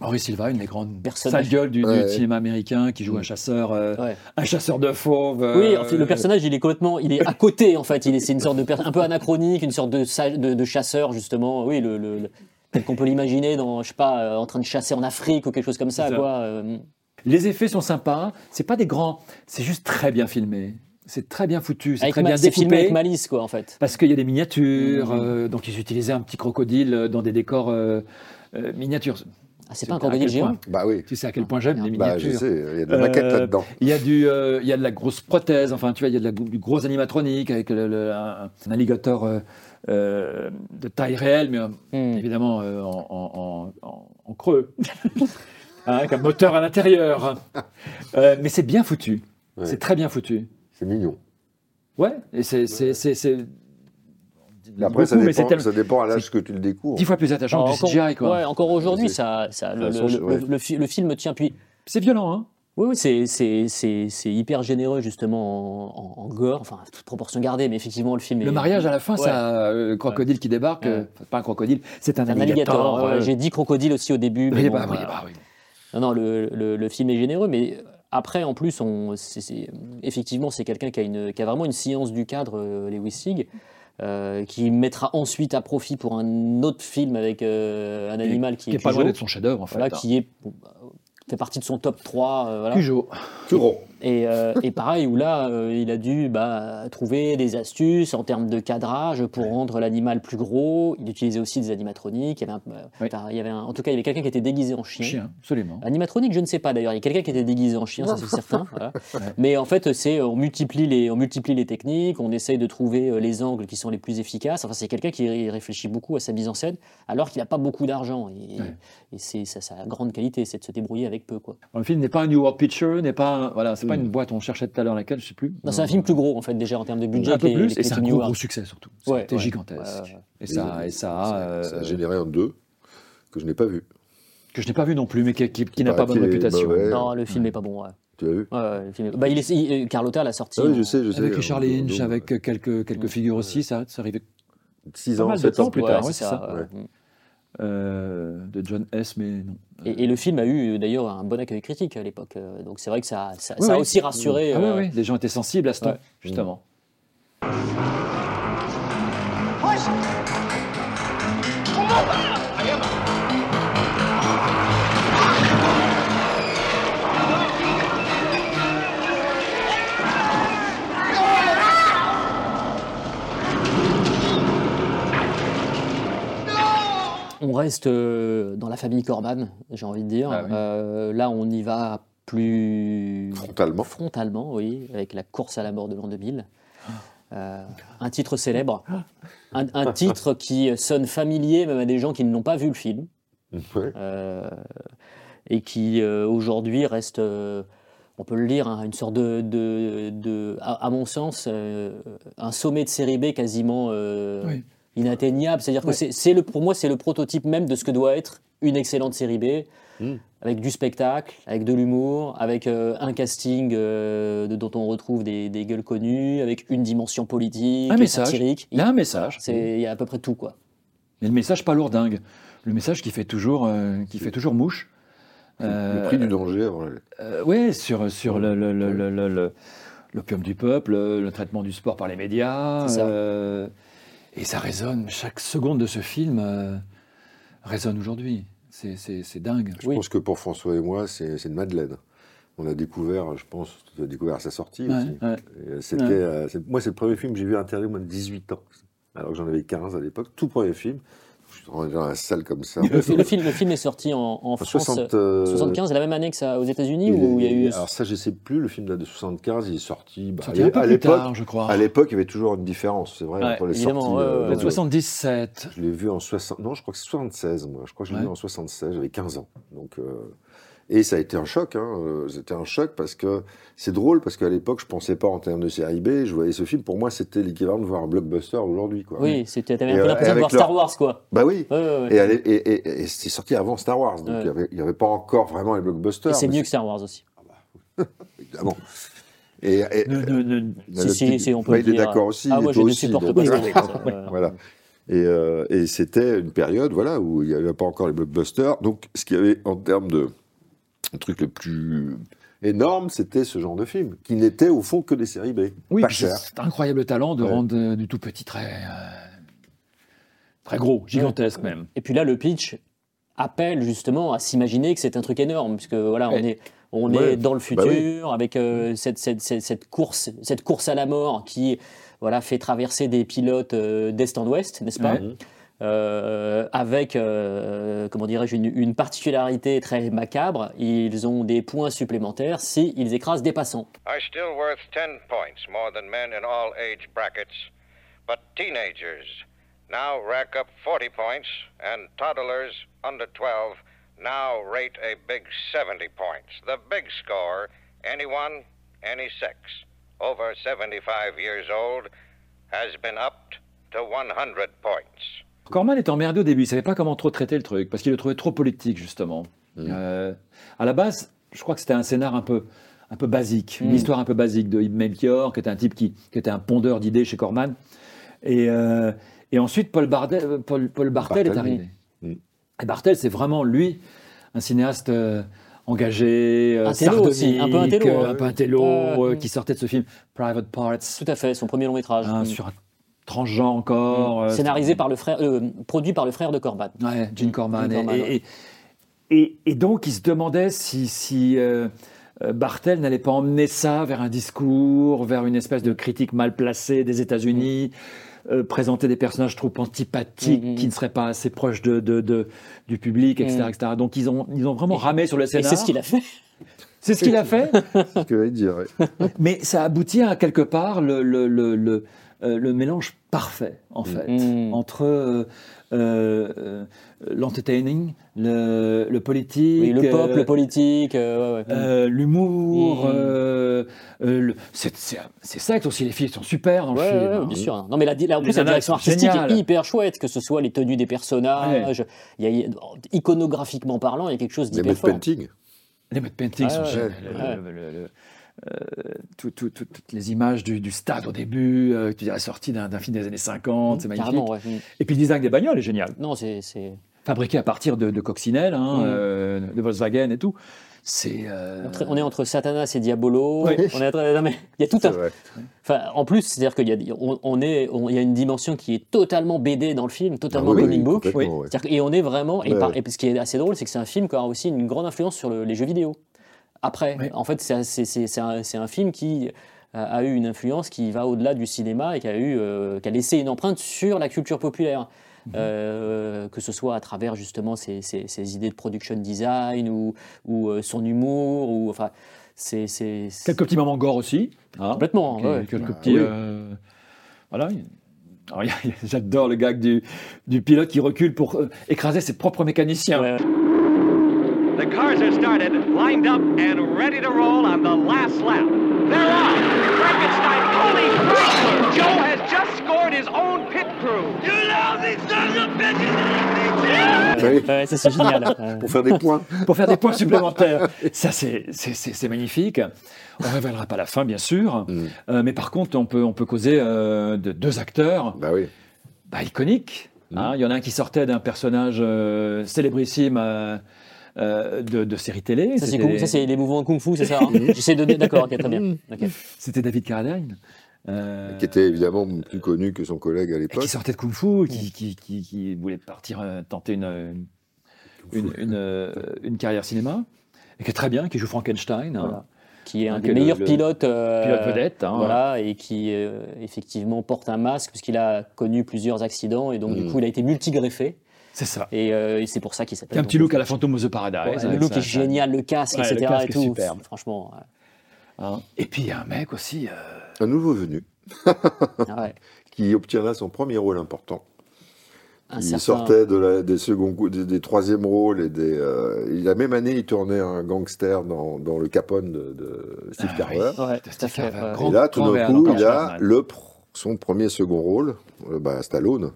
Speaker 3: Henri Silva, une des grandes
Speaker 2: Personnage.
Speaker 3: sales gueules du, du
Speaker 4: Ouais.
Speaker 3: cinéma américain, qui joue un chasseur, euh,
Speaker 2: Mm. ouais.
Speaker 3: un chasseur de fauves.
Speaker 2: Oui,
Speaker 3: euh,
Speaker 2: en fait, le personnage, il est complètement, il est à côté en fait. Il est, c'est une sorte de per- un peu anachronique, une sorte de, sa- de, de chasseur justement. Oui, le, le- le- tel qu'on peut l'imaginer dans, je sais pas, euh, en train de chasser en Afrique ou quelque chose comme ça,
Speaker 3: C'est ça.
Speaker 2: quoi. euh,
Speaker 3: Les effets sont sympas. C'est pas des grands. C'est juste très bien filmé. C'est très bien foutu. C'est
Speaker 2: avec
Speaker 3: très
Speaker 2: ma-
Speaker 3: bien
Speaker 2: c'est filmé
Speaker 3: découpé.
Speaker 2: avec malice, quoi, en fait.
Speaker 3: Parce qu'il y a des miniatures.
Speaker 2: Mhm.
Speaker 3: euh, donc ils utilisaient un petit crocodile euh, dans des décors euh, euh, miniatures.
Speaker 2: Ah, c'est pas un
Speaker 3: à
Speaker 2: crocodile
Speaker 3: quel
Speaker 2: géant.
Speaker 3: point-
Speaker 4: Bah oui,
Speaker 3: Tu sais à quel point j'aime les
Speaker 4: bah, je
Speaker 3: miniatures.
Speaker 4: sais, il y a de la
Speaker 3: Euh,
Speaker 4: maquette là-dedans.
Speaker 3: il y a du, euh, il y a de la grosse prothèse. Enfin, tu vois, il y a de la, du gros animatronique avec le- le- un, un alligator. euh, euh, de taille réelle, mais euh,
Speaker 2: Hmm.
Speaker 3: évidemment euh, en, en- en- en- en creux, Hein, avec un moteur à l'intérieur. Euh, mais c'est bien foutu,
Speaker 4: Ouais.
Speaker 3: c'est très bien foutu.
Speaker 4: C'est mignon.
Speaker 3: Ouais, et c'est. c'est- c'est- c'est-
Speaker 4: Après, ça
Speaker 3: beaucoup, mais c'est
Speaker 4: dépend,
Speaker 3: tellement-
Speaker 4: ça dépend à l'âge que tu le découvres.
Speaker 3: dix fois plus
Speaker 2: Ah,
Speaker 3: attachant que du
Speaker 2: encore-
Speaker 3: CGI, quoi.
Speaker 2: ouais, encore aujourd'hui,
Speaker 4: C'est-
Speaker 2: ça, ça- le,
Speaker 4: De toute façon,
Speaker 2: le-
Speaker 4: je- ouais.
Speaker 2: le- le fi- le film tient. Puis,
Speaker 3: C'est violent, hein.
Speaker 2: oui, oui, c'est- c'est c'est- c'est hyper généreux, justement, en, en- en gore, enfin, toute proportion gardée, mais effectivement, le film est.
Speaker 3: Le mariage à la fin,
Speaker 2: Ouais.
Speaker 3: ça, euh, le crocodile qui débarque,
Speaker 2: Ouais.
Speaker 3: euh, enfin, pas un crocodile, c'est un,
Speaker 2: Un alligator. ouais,
Speaker 3: euh,
Speaker 2: J'ai dit crocodile aussi au début. mais
Speaker 3: oui,
Speaker 2: bon,
Speaker 3: bah, oui,
Speaker 2: voilà.
Speaker 3: bah, oui.
Speaker 2: Non, non, le, le- le film est généreux, mais après, en plus, on, c'est- c'est- effectivement, c'est quelqu'un qui, a une- qui a vraiment une science du cadre, euh, Lewis Sig, euh, qui mettra ensuite à profit pour un autre film avec euh, un animal qui,
Speaker 3: Qui est
Speaker 2: est
Speaker 3: pas loin
Speaker 2: Cujo,
Speaker 3: d'être son chef-d'œuvre, en fait.
Speaker 2: voilà,
Speaker 3: hein.
Speaker 2: qui est, euh, fait partie de son top 3. euh, voilà.
Speaker 3: Cujo.
Speaker 4: Toujours.
Speaker 2: Et, euh, et pareil, où là, euh, il a dû bah, trouver des astuces en termes de cadrage pour rendre l'animal plus gros. Il utilisait aussi des animatroniques. Il y avait un- euh,
Speaker 3: Oui.
Speaker 2: enfin, il y avait un- en tout cas, il y avait quelqu'un qui était déguisé en chien.
Speaker 3: Chien, absolument.
Speaker 2: Animatronique, je ne sais pas d'ailleurs. Il y a quelqu'un qui était déguisé en chien, ça c'est certain. voilà. Mais en fait, c'est euh, on multiplie les on multiplie les techniques, on essaye de trouver euh, les angles qui sont les plus efficaces. Enfin, c'est quelqu'un qui ré- réfléchit beaucoup à sa mise en scène, alors qu'il n'a pas beaucoup d'argent. Et,
Speaker 3: Ouais.
Speaker 2: et c'est ça, sa grande qualité, c'est de se débrouiller avec peu, quoi.
Speaker 3: Le film n'est pas un New World Picture, n'est pas, un- voilà, c'est pas
Speaker 4: Mm.
Speaker 3: une boîte, on cherchait tout à l'heure laquelle, je sais plus.
Speaker 2: Non, c'est un film plus gros en fait déjà en termes de budget.
Speaker 3: un
Speaker 2: que
Speaker 3: peu
Speaker 2: les-
Speaker 3: plus,
Speaker 2: que
Speaker 3: et
Speaker 2: les
Speaker 3: c'est un
Speaker 2: King
Speaker 3: gros,
Speaker 2: Award.
Speaker 3: gros succès surtout.
Speaker 2: Ouais,
Speaker 3: C'était
Speaker 2: ouais.
Speaker 3: gigantesque.
Speaker 2: Ouais, ouais.
Speaker 3: Et ça, et ça,
Speaker 4: ça, ça
Speaker 3: euh,
Speaker 4: a généré un 2 que je n'ai pas vu.
Speaker 3: que je n'ai pas vu non plus, mais qui, qui- qui n'a pas
Speaker 4: paraît
Speaker 3: bonne
Speaker 4: qu'il est
Speaker 3: réputation.
Speaker 4: mauvais.
Speaker 2: Non, le film n'est pas bon. ouais.
Speaker 4: Tu l'as vu
Speaker 2: Ouais, ouais, le film est- bah, il est... il- euh, Carlotta l'a sorti.
Speaker 4: Ah oui, je
Speaker 2: en-
Speaker 4: sais, je sais.
Speaker 3: Avec Richard
Speaker 4: euh,
Speaker 3: Lynch,
Speaker 4: donc,
Speaker 3: avec quelques, quelques figures aussi, ça, ça arrivait
Speaker 4: 6
Speaker 3: pas
Speaker 4: ans,
Speaker 3: mal de
Speaker 4: 7
Speaker 3: temps
Speaker 4: ans
Speaker 3: plus
Speaker 2: Ouais,
Speaker 3: tard,
Speaker 2: c'est
Speaker 3: ouais, c'est
Speaker 2: ça,
Speaker 4: ça.
Speaker 2: ouais.
Speaker 3: euh, de John S, mais non.
Speaker 2: Et, et le film a eu d'ailleurs un bon accueil critique à l'époque. euh, Donc c'est vrai que ça, ça,
Speaker 3: Oui,
Speaker 2: ça a
Speaker 3: oui.
Speaker 2: aussi rassuré.
Speaker 3: Ah oui,
Speaker 2: euh,
Speaker 3: oui, les gens étaient sensibles à ce temps,
Speaker 2: ouais. Mm.
Speaker 3: justement.
Speaker 2: On reste euh, dans la famille Corman, j'ai envie de dire.
Speaker 3: Ah oui.
Speaker 2: Euh, là, on y va plus
Speaker 4: Frontalement.
Speaker 2: Frontalement, oui, avec la course à la mort de l'an 2000. Euh, un titre célèbre, un, un titre qui sonne familier même à des gens qui ne l'ont pas vu le film
Speaker 4: Ouais.
Speaker 2: euh, et qui euh, aujourd'hui reste, euh, on peut le dire, hein, une sorte de, de- de- à, à mon sens, euh, un sommet de série B quasiment euh,
Speaker 3: Oui.
Speaker 2: inatteignable. C'est-à-dire
Speaker 3: Ouais.
Speaker 2: que c'est- c'est le, pour moi, c'est le prototype même de ce que doit être une excellente série B.
Speaker 4: Mm.
Speaker 2: Avec du spectacle, avec de l'humour, avec euh, un casting euh, de- dont on retrouve des, des gueules connues, avec une dimension politique,
Speaker 3: Un message.
Speaker 2: satirique.
Speaker 3: Il y a un message.
Speaker 2: C'est- Il y a à peu près tout, quoi.
Speaker 3: Mais le message pas lourdingue. Le message qui fait toujours, euh, qui fait toujours mouche.
Speaker 4: Le
Speaker 3: Euh,
Speaker 4: prix du danger avant la-
Speaker 3: oui, sur, sur le- le- le- le- le- le- l'opium du peuple, le, le traitement du sport par les médias.
Speaker 2: C'est ça.
Speaker 3: euh, et ça résonne. Chaque seconde de ce film euh, résonne aujourd'hui. C'est- C'est c'est dingue.
Speaker 4: Je pense que pour François et moi, c'est c'est une madeleine. On a découvert, je pense, tu as découvert à sa sortie
Speaker 3: Ouais,
Speaker 4: aussi.
Speaker 3: ouais.
Speaker 4: Et, euh, C'était,
Speaker 3: Ouais.
Speaker 4: euh, c'est- moi, c'est le premier film que j'ai vu à interdit au moins de 18 ans. Alors que j'en avais 15 à l'époque, tout premier film. Je suis rentré dans la salle comme ça.
Speaker 2: Le, fi- le film, le film est sorti en, en
Speaker 4: En
Speaker 2: France.
Speaker 4: 60, euh,
Speaker 2: 75, la même année que ça aux États-Unis
Speaker 4: il
Speaker 2: où il y a
Speaker 4: est-
Speaker 2: eu.
Speaker 4: Alors ça, je sais plus, le film date de 75, il est sorti... bah,
Speaker 3: Sorti un peu
Speaker 4: à
Speaker 3: plus
Speaker 4: l'époque,
Speaker 3: tard, je crois.
Speaker 4: à l'époque, il y avait toujours une différence, c'est vrai,
Speaker 3: Ouais,
Speaker 4: entre les
Speaker 2: évidemment,
Speaker 4: sorties.
Speaker 2: ouais,
Speaker 4: euh,
Speaker 2: ouais,
Speaker 3: En 77.
Speaker 4: Je l'ai vu en 60. Non, je crois que c'est 76, moi. Je crois que je l'ai
Speaker 3: Ouais.
Speaker 4: vu en 76, j'avais 15 ans. Donc, euh, Et ça a été un choc. Hein. euh, C'était un choc parce que c'est drôle, parce qu'à l'époque, je pensais pas en termes de série B. Je voyais ce film. Pour moi, c'était l'équivalent de voir un blockbuster aujourd'hui. quoi.
Speaker 2: Oui, c'était t'avais
Speaker 4: Et,
Speaker 2: un
Speaker 4: euh,
Speaker 2: peu l'impression de
Speaker 4: avec
Speaker 2: voir
Speaker 4: leur-
Speaker 2: Star Wars, quoi.
Speaker 4: Bah oui.
Speaker 2: Ouais, ouais, ouais.
Speaker 4: Et, elle est- et, et- et c'était sorti avant Star Wars. Donc
Speaker 2: Ouais.
Speaker 4: il y avait- il n'y avait, pas encore vraiment les blockbusters.
Speaker 2: Et c'est
Speaker 4: mais
Speaker 2: mieux que Star Wars aussi.
Speaker 4: c'est- ah bon. Et, et-
Speaker 3: Ne- ne- ne-
Speaker 4: le
Speaker 2: Si, si,
Speaker 4: petit-
Speaker 2: si, on peut
Speaker 4: Bah,
Speaker 2: le
Speaker 4: Il est
Speaker 2: dire.
Speaker 4: d'accord aussi.
Speaker 2: Ah,
Speaker 4: et
Speaker 2: moi,
Speaker 4: toi
Speaker 2: je ne
Speaker 4: aussi,
Speaker 2: supporte
Speaker 4: donc,
Speaker 2: pas
Speaker 4: voilà.
Speaker 2: Star Wars. euh,
Speaker 4: Voilà. Et, euh, et c'était une période voilà, où il n'y avait pas encore les blockbusters. Donc, ce qu'il y avait en termes de le truc le plus énorme, c'était ce genre de film, qui n'était au fond que des séries B.
Speaker 3: Oui,
Speaker 4: pas
Speaker 3: puis
Speaker 4: cher.
Speaker 3: c'est cet incroyable talent de
Speaker 4: Ouais.
Speaker 3: rendre euh, du tout petit très, euh, très gros, gigantesque même.
Speaker 2: Et puis là, le pitch appelle justement à s'imaginer que c'est un truc énorme, puisque voilà, on
Speaker 3: Ouais.
Speaker 2: est. On
Speaker 4: Ouais,
Speaker 2: est dans le
Speaker 4: bah
Speaker 2: futur
Speaker 4: oui.
Speaker 2: avec euh, cette, cette- cette- cette course, cette course à la mort qui voilà, fait traverser des pilotes euh, d'est en ouest, n'est-ce pas
Speaker 3: Ouais.
Speaker 2: Euh, avec, euh, comment dirais-je, une, une particularité très macabre, ils ont des points supplémentaires s'ils écrasent des passants.
Speaker 9: are still worth 10 points more than men in all age brackets, but teenagers now rack up 40 points, and toddlers under 12 now rate a big 70 points. The big score anyone, any sex, over 75 years old, has been upped to 100 points.
Speaker 3: Corman était emmerdé au début, il savait pas comment trop traiter le truc, parce qu'il le trouvait trop politique justement. Euh, à la base, je crois que c'était un scénar un peu, un peu basique, une
Speaker 2: Mm.
Speaker 3: histoire un peu basique de Ibn Melchior, qui était un type qui, qui était un pondeur d'idées chez Corman. Et, euh, et ensuite, Paul, Bardel- euh, Paul, Paul Bartel,
Speaker 4: Bartel,
Speaker 3: est arrivé.
Speaker 4: oui. Mm.
Speaker 3: Et Bartel, c'est vraiment lui, un cinéaste euh, engagé, euh,
Speaker 2: Un télo aussi, un peu un télo,
Speaker 3: sardonique, euh,
Speaker 2: hein.
Speaker 3: un peu un télo,
Speaker 2: Euh,
Speaker 3: euh,
Speaker 2: mm.
Speaker 3: qui sortait de ce film Private Parts,
Speaker 2: Tout à fait, son premier long métrage. Mm.
Speaker 3: hein, sur un transgenre encore. euh,
Speaker 2: Scénarisé par le frère, euh, produit par le frère de Corban.
Speaker 3: Ouais, Gene Corman.
Speaker 2: Gene
Speaker 3: Et-
Speaker 2: Corman,
Speaker 3: et,
Speaker 2: ouais.
Speaker 3: et- et donc, il se demandait si, si euh, euh, Bartel n'allait pas emmener ça vers un discours, vers une espèce de critique mal placée des États-Unis. euh, présenter des personnages trop antipathiques
Speaker 2: Mm, mm.
Speaker 3: qui ne seraient pas assez proches de, de- de- du public, etc.,
Speaker 2: Mm.
Speaker 3: etc. Donc ils ont, ils ont vraiment
Speaker 2: Et-
Speaker 3: ramé sur le
Speaker 2: Et
Speaker 3: scénar.
Speaker 2: c'est ce qu'il a fait.
Speaker 3: C'est ce qu'il a fait.
Speaker 4: C'est ce que j'allais dire. ouais.
Speaker 3: mais ça aboutit à quelque part le, le, le, le, euh, le mélange parfait, en fait,
Speaker 2: Mm.
Speaker 3: entre euh, euh, euh, l'entertaining, le, le politique,
Speaker 2: Oui, le pop,
Speaker 3: euh,
Speaker 2: le politique. euh, ouais, ouais.
Speaker 3: euh, l'humour,
Speaker 2: Mm.
Speaker 3: euh, euh, le- c'est c'est- c'est sexe aussi, les filles sont super dans
Speaker 2: Ouais,
Speaker 3: le
Speaker 2: ouais,
Speaker 3: film.
Speaker 2: ouais,
Speaker 3: hein.
Speaker 2: bien sûr. Non, mais la, di- là, en
Speaker 3: Les
Speaker 2: plus, la
Speaker 3: nanas,
Speaker 2: direction
Speaker 3: elles sont
Speaker 2: artistique
Speaker 3: géniales.
Speaker 2: est hyper chouette, que ce soit les tenues des personnages. Il y a- iconographiquement parlant, il y a quelque chose
Speaker 4: Les
Speaker 2: d'hyper
Speaker 4: mots
Speaker 2: fort.
Speaker 4: painting.
Speaker 3: Les mode paintings
Speaker 2: Ah
Speaker 3: sont
Speaker 2: ouais,
Speaker 3: géniales.
Speaker 2: ouais.
Speaker 3: Le- le- le- le- euh, tout- tout- tout- toutes les images du, du stade au début, euh, tu dis la sortie d'un d'un film des années 50, c'est magnifique.
Speaker 2: Carrément, ouais. Mm.
Speaker 3: Et puis le design des bagnoles est génial.
Speaker 2: Non, c'est. c'est-
Speaker 3: fabriqué à partir de, de coccinelles, hein,
Speaker 2: Mm.
Speaker 3: euh, de Volkswagen et tout. C'est. euh,
Speaker 2: entre- On est entre Satanas et Diabolo.
Speaker 3: Oui.
Speaker 2: On est entre- non, mais il y a tout
Speaker 4: C'est
Speaker 2: un,
Speaker 4: vrai.
Speaker 2: Enfin, en plus, c'est-à-dire qu'il y a, on, on est, on- il y a une dimension qui est totalement BD dans le film, totalement
Speaker 4: Ah oui,
Speaker 2: comic
Speaker 4: oui,
Speaker 2: book.
Speaker 4: complètement,
Speaker 3: oui.
Speaker 4: ouais.
Speaker 2: C'est-à-dire que- Et on est vraiment. Et,
Speaker 4: Ouais,
Speaker 2: par-
Speaker 4: ouais.
Speaker 2: et puis ce qui est assez drôle, c'est que c'est un film qui a aussi une grande influence sur le- les jeux vidéo. Après,
Speaker 3: Oui.
Speaker 2: en fait, c'est, c'est- c'est- c'est un, c'est un film qui euh, a- a eu une influence qui va au-delà du cinéma et qui a, eu, euh, qui a laissé une empreinte sur la culture populaire.
Speaker 3: Mhm.
Speaker 2: Euh, que ce soit à travers justement ses, ses- ses idées de production design ou, ou, euh, son humour ou enfin c'est c'est- c'est-
Speaker 3: Quelques petits moments gore aussi. hein.
Speaker 2: complètement
Speaker 3: Ok,
Speaker 2: Ah ouais.
Speaker 3: quelques
Speaker 4: Bah,
Speaker 3: petits.
Speaker 4: oui.
Speaker 3: euh, voilà. Alors, il y a- il y a- J'adore le gag du, du pilote qui recule pour euh, écraser ses propres mécaniciens.
Speaker 2: Ouais, ouais.
Speaker 7: The cars are started, lined up, and ready to roll on the last lap. They're off! Frankenstein, holy Frank! Joe has just scored his own pit crew. You lousy sons of
Speaker 3: Ah
Speaker 7: bitches!
Speaker 4: Ah bah
Speaker 3: bah
Speaker 4: Oui.
Speaker 2: Ouais, ça, c'est génial. Ouais.
Speaker 4: Pour faire des points.
Speaker 3: pour faire des points supplémentaires. Ça, c'est- c'est c'est- c'est magnifique. On ne révélera pas la fin, bien sûr.
Speaker 4: Mm.
Speaker 3: Euh, mais par contre, on peut, on peut causer euh, de deux acteurs
Speaker 4: Bah oui.
Speaker 3: bah, iconiques.
Speaker 2: Mm.
Speaker 3: hein. Il y en a un qui sortait d'un personnage euh, célébrissime euh, euh, de, de série télé.
Speaker 2: Ça, c'est
Speaker 3: C'était- Mhm.
Speaker 2: cool. Ça, c'est les mouvements de kung-fu, c'est ça hein J'essaie de donner. D'accord, ok, très bien. Ok.
Speaker 3: C'était David Carradine. euh,
Speaker 4: Qui était évidemment plus connu que son collègue à
Speaker 3: et qui
Speaker 4: l'époque.
Speaker 3: sortait de Kung Fu, qui, qui, qui, qui voulait partir euh, tenter une, une, une, une, euh, une carrière cinéma. Et qui est très bien, qui joue Frankenstein. hein.
Speaker 2: Voilà. Qui est un
Speaker 3: Donc,
Speaker 2: des
Speaker 3: le-
Speaker 2: meilleurs
Speaker 3: le-
Speaker 2: pilotes. euh,
Speaker 3: Pilote vedette. hein.
Speaker 2: Voilà, et qui euh, effectivement porte un masque, parce qu'il a connu plusieurs accidents, et donc du
Speaker 3: Mhm.
Speaker 4: Mm.
Speaker 2: coup, il a été multigreffé,
Speaker 3: C'est ça.
Speaker 2: et, euh, et c'est pour ça qu'il
Speaker 3: Il
Speaker 2: s'appelle.
Speaker 3: y a un
Speaker 2: donc,
Speaker 3: petit look à la Phantom of the Paradise.
Speaker 2: Ouais, le
Speaker 3: avec
Speaker 2: look
Speaker 3: ça,
Speaker 2: est
Speaker 3: ça,
Speaker 2: génial, le casque,
Speaker 3: Ouais, le
Speaker 2: etc.
Speaker 3: casque
Speaker 2: et
Speaker 3: est
Speaker 2: tout.
Speaker 3: superbe.
Speaker 2: Franchement, ouais.
Speaker 3: hein. Et puis il y a un mec aussi. euh,
Speaker 4: Un nouveau venu
Speaker 2: Ah ouais.
Speaker 4: qui obtiendra son premier rôle important.
Speaker 2: Un
Speaker 4: il
Speaker 2: certain-
Speaker 4: sortait de la- des, seconds, cou- des, des troisièmes rôles et des. euh, et la même année, il tournait un gangster dans, dans le Capone de, de Steve
Speaker 3: Ah
Speaker 4: Carver.
Speaker 3: oui.
Speaker 2: Ouais,
Speaker 3: de
Speaker 2: tout à fait.
Speaker 3: Steve Carver.
Speaker 2: ouais.
Speaker 3: Grand-
Speaker 4: Et là, tout
Speaker 3: grand
Speaker 4: d'un
Speaker 3: réal,
Speaker 4: coup,
Speaker 3: encore
Speaker 4: il a
Speaker 3: Stallone.
Speaker 4: le, pr- son premier second rôle, euh, bah, Stallone.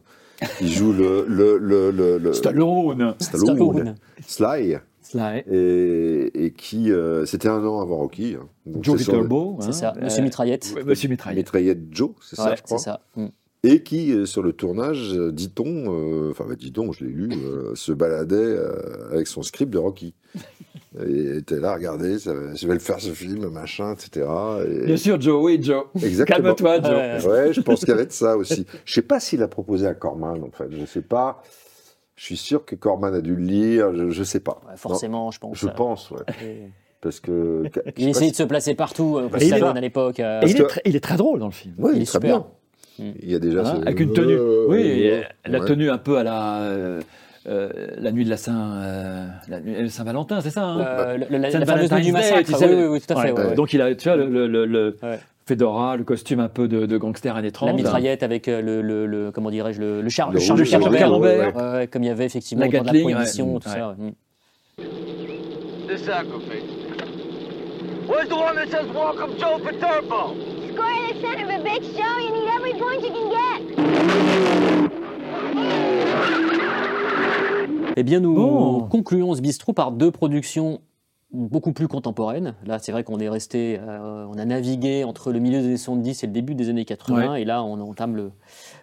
Speaker 4: Il joue le, le, le, le-
Speaker 2: Euh,
Speaker 4: le-
Speaker 3: Stallone.
Speaker 4: Stallone,
Speaker 2: Stallone.
Speaker 4: Sly, et, et qui, euh, c'était un an avant Rocky. hein. Donc,
Speaker 3: Joe
Speaker 4: c'est son-
Speaker 3: Viterbo.
Speaker 2: C'est ça, Monsieur Mitraillette.
Speaker 3: Ouais, Monsieur Mitraillette.
Speaker 4: Mitraillette Joe, c'est ça,
Speaker 2: Ouais,
Speaker 4: je crois.
Speaker 2: c'est ça. Mm.
Speaker 4: Et qui, euh, sur le tournage, euh, dit-on, euh, enfin, bah, dit-on, je l'ai lu, euh, se baladait euh, avec son script de Rocky. Et était là, regardez, ça va- je vais le faire ce film, machin, etc. Et-
Speaker 3: Bien sûr, Joe. Oui, Joe.
Speaker 4: Exactement.
Speaker 3: Calme-toi,
Speaker 2: Ouais.
Speaker 3: Joe.
Speaker 4: Ouais, je pense qu'il y avait de ça aussi. Je sais pas s'il a proposé à Corman, en fait. Je sais pas. Je suis sûr que Corman a dû le lire. Je, je sais pas.
Speaker 2: Ouais, forcément, je
Speaker 4: Non,
Speaker 2: pense.
Speaker 4: je
Speaker 2: euh,
Speaker 4: pense, ouais.
Speaker 2: et-
Speaker 4: Parce que. je
Speaker 2: Il
Speaker 4: sais
Speaker 2: essayait
Speaker 4: pas
Speaker 2: de se placer partout, euh,
Speaker 4: Bah,
Speaker 2: comme
Speaker 3: il est
Speaker 2: Stallone
Speaker 4: là.
Speaker 2: à l'époque. euh,
Speaker 3: Et il, est
Speaker 4: que-
Speaker 3: très, il est très drôle dans le film.
Speaker 4: si- Ouais,
Speaker 2: il
Speaker 4: il
Speaker 2: est
Speaker 4: est très
Speaker 2: super.
Speaker 4: bien. Il y a déjà.
Speaker 3: Hein,
Speaker 4: ce-
Speaker 3: avec une tenue.
Speaker 4: Euh,
Speaker 3: oui,
Speaker 4: euh,
Speaker 3: et la
Speaker 4: ouais.
Speaker 3: tenue un peu à la. euh, euh, la nuit de la Saint, euh, la nuit- euh, Saint-Valentin, c'est ça hein
Speaker 2: euh, le- la,
Speaker 3: Saint
Speaker 2: la fameuse nuit
Speaker 3: Valentine's
Speaker 2: du
Speaker 3: Day,
Speaker 2: massacre.
Speaker 3: tu sais,
Speaker 2: oui,
Speaker 3: le-
Speaker 2: oui, oui, tout à fait.
Speaker 3: Ouais,
Speaker 2: ouais, ouais.
Speaker 3: Donc il a, tu vois, le, le, le- le
Speaker 2: Ouais.
Speaker 3: fedora, le costume un peu de, de gangster années 30.
Speaker 2: la mitraillette avec euh, le, le, le- comment dirais-je le, le char,
Speaker 4: Le
Speaker 2: le char
Speaker 4: rouge,
Speaker 2: de
Speaker 4: le
Speaker 2: Charles
Speaker 3: vert,
Speaker 2: Camembert,
Speaker 4: ouais.
Speaker 2: ouais, ouais, comme il y avait effectivement
Speaker 3: La
Speaker 2: au temps de la
Speaker 3: Gatling, ouais.
Speaker 2: prohibition, tout
Speaker 3: Ouais.
Speaker 2: ça. ouais.
Speaker 7: This acolyte. Where's the one that says welcome Joe Paterbo?
Speaker 6: Score in the center of a big show, you need every point you can get.
Speaker 2: Eh bien, nous
Speaker 3: Bon.
Speaker 2: concluons ce bistrot par deux productions beaucoup plus contemporaines. Là, c'est vrai qu'on est resté, euh, on a navigué entre le milieu des années 70 et le début des années 80, et là, on entame le,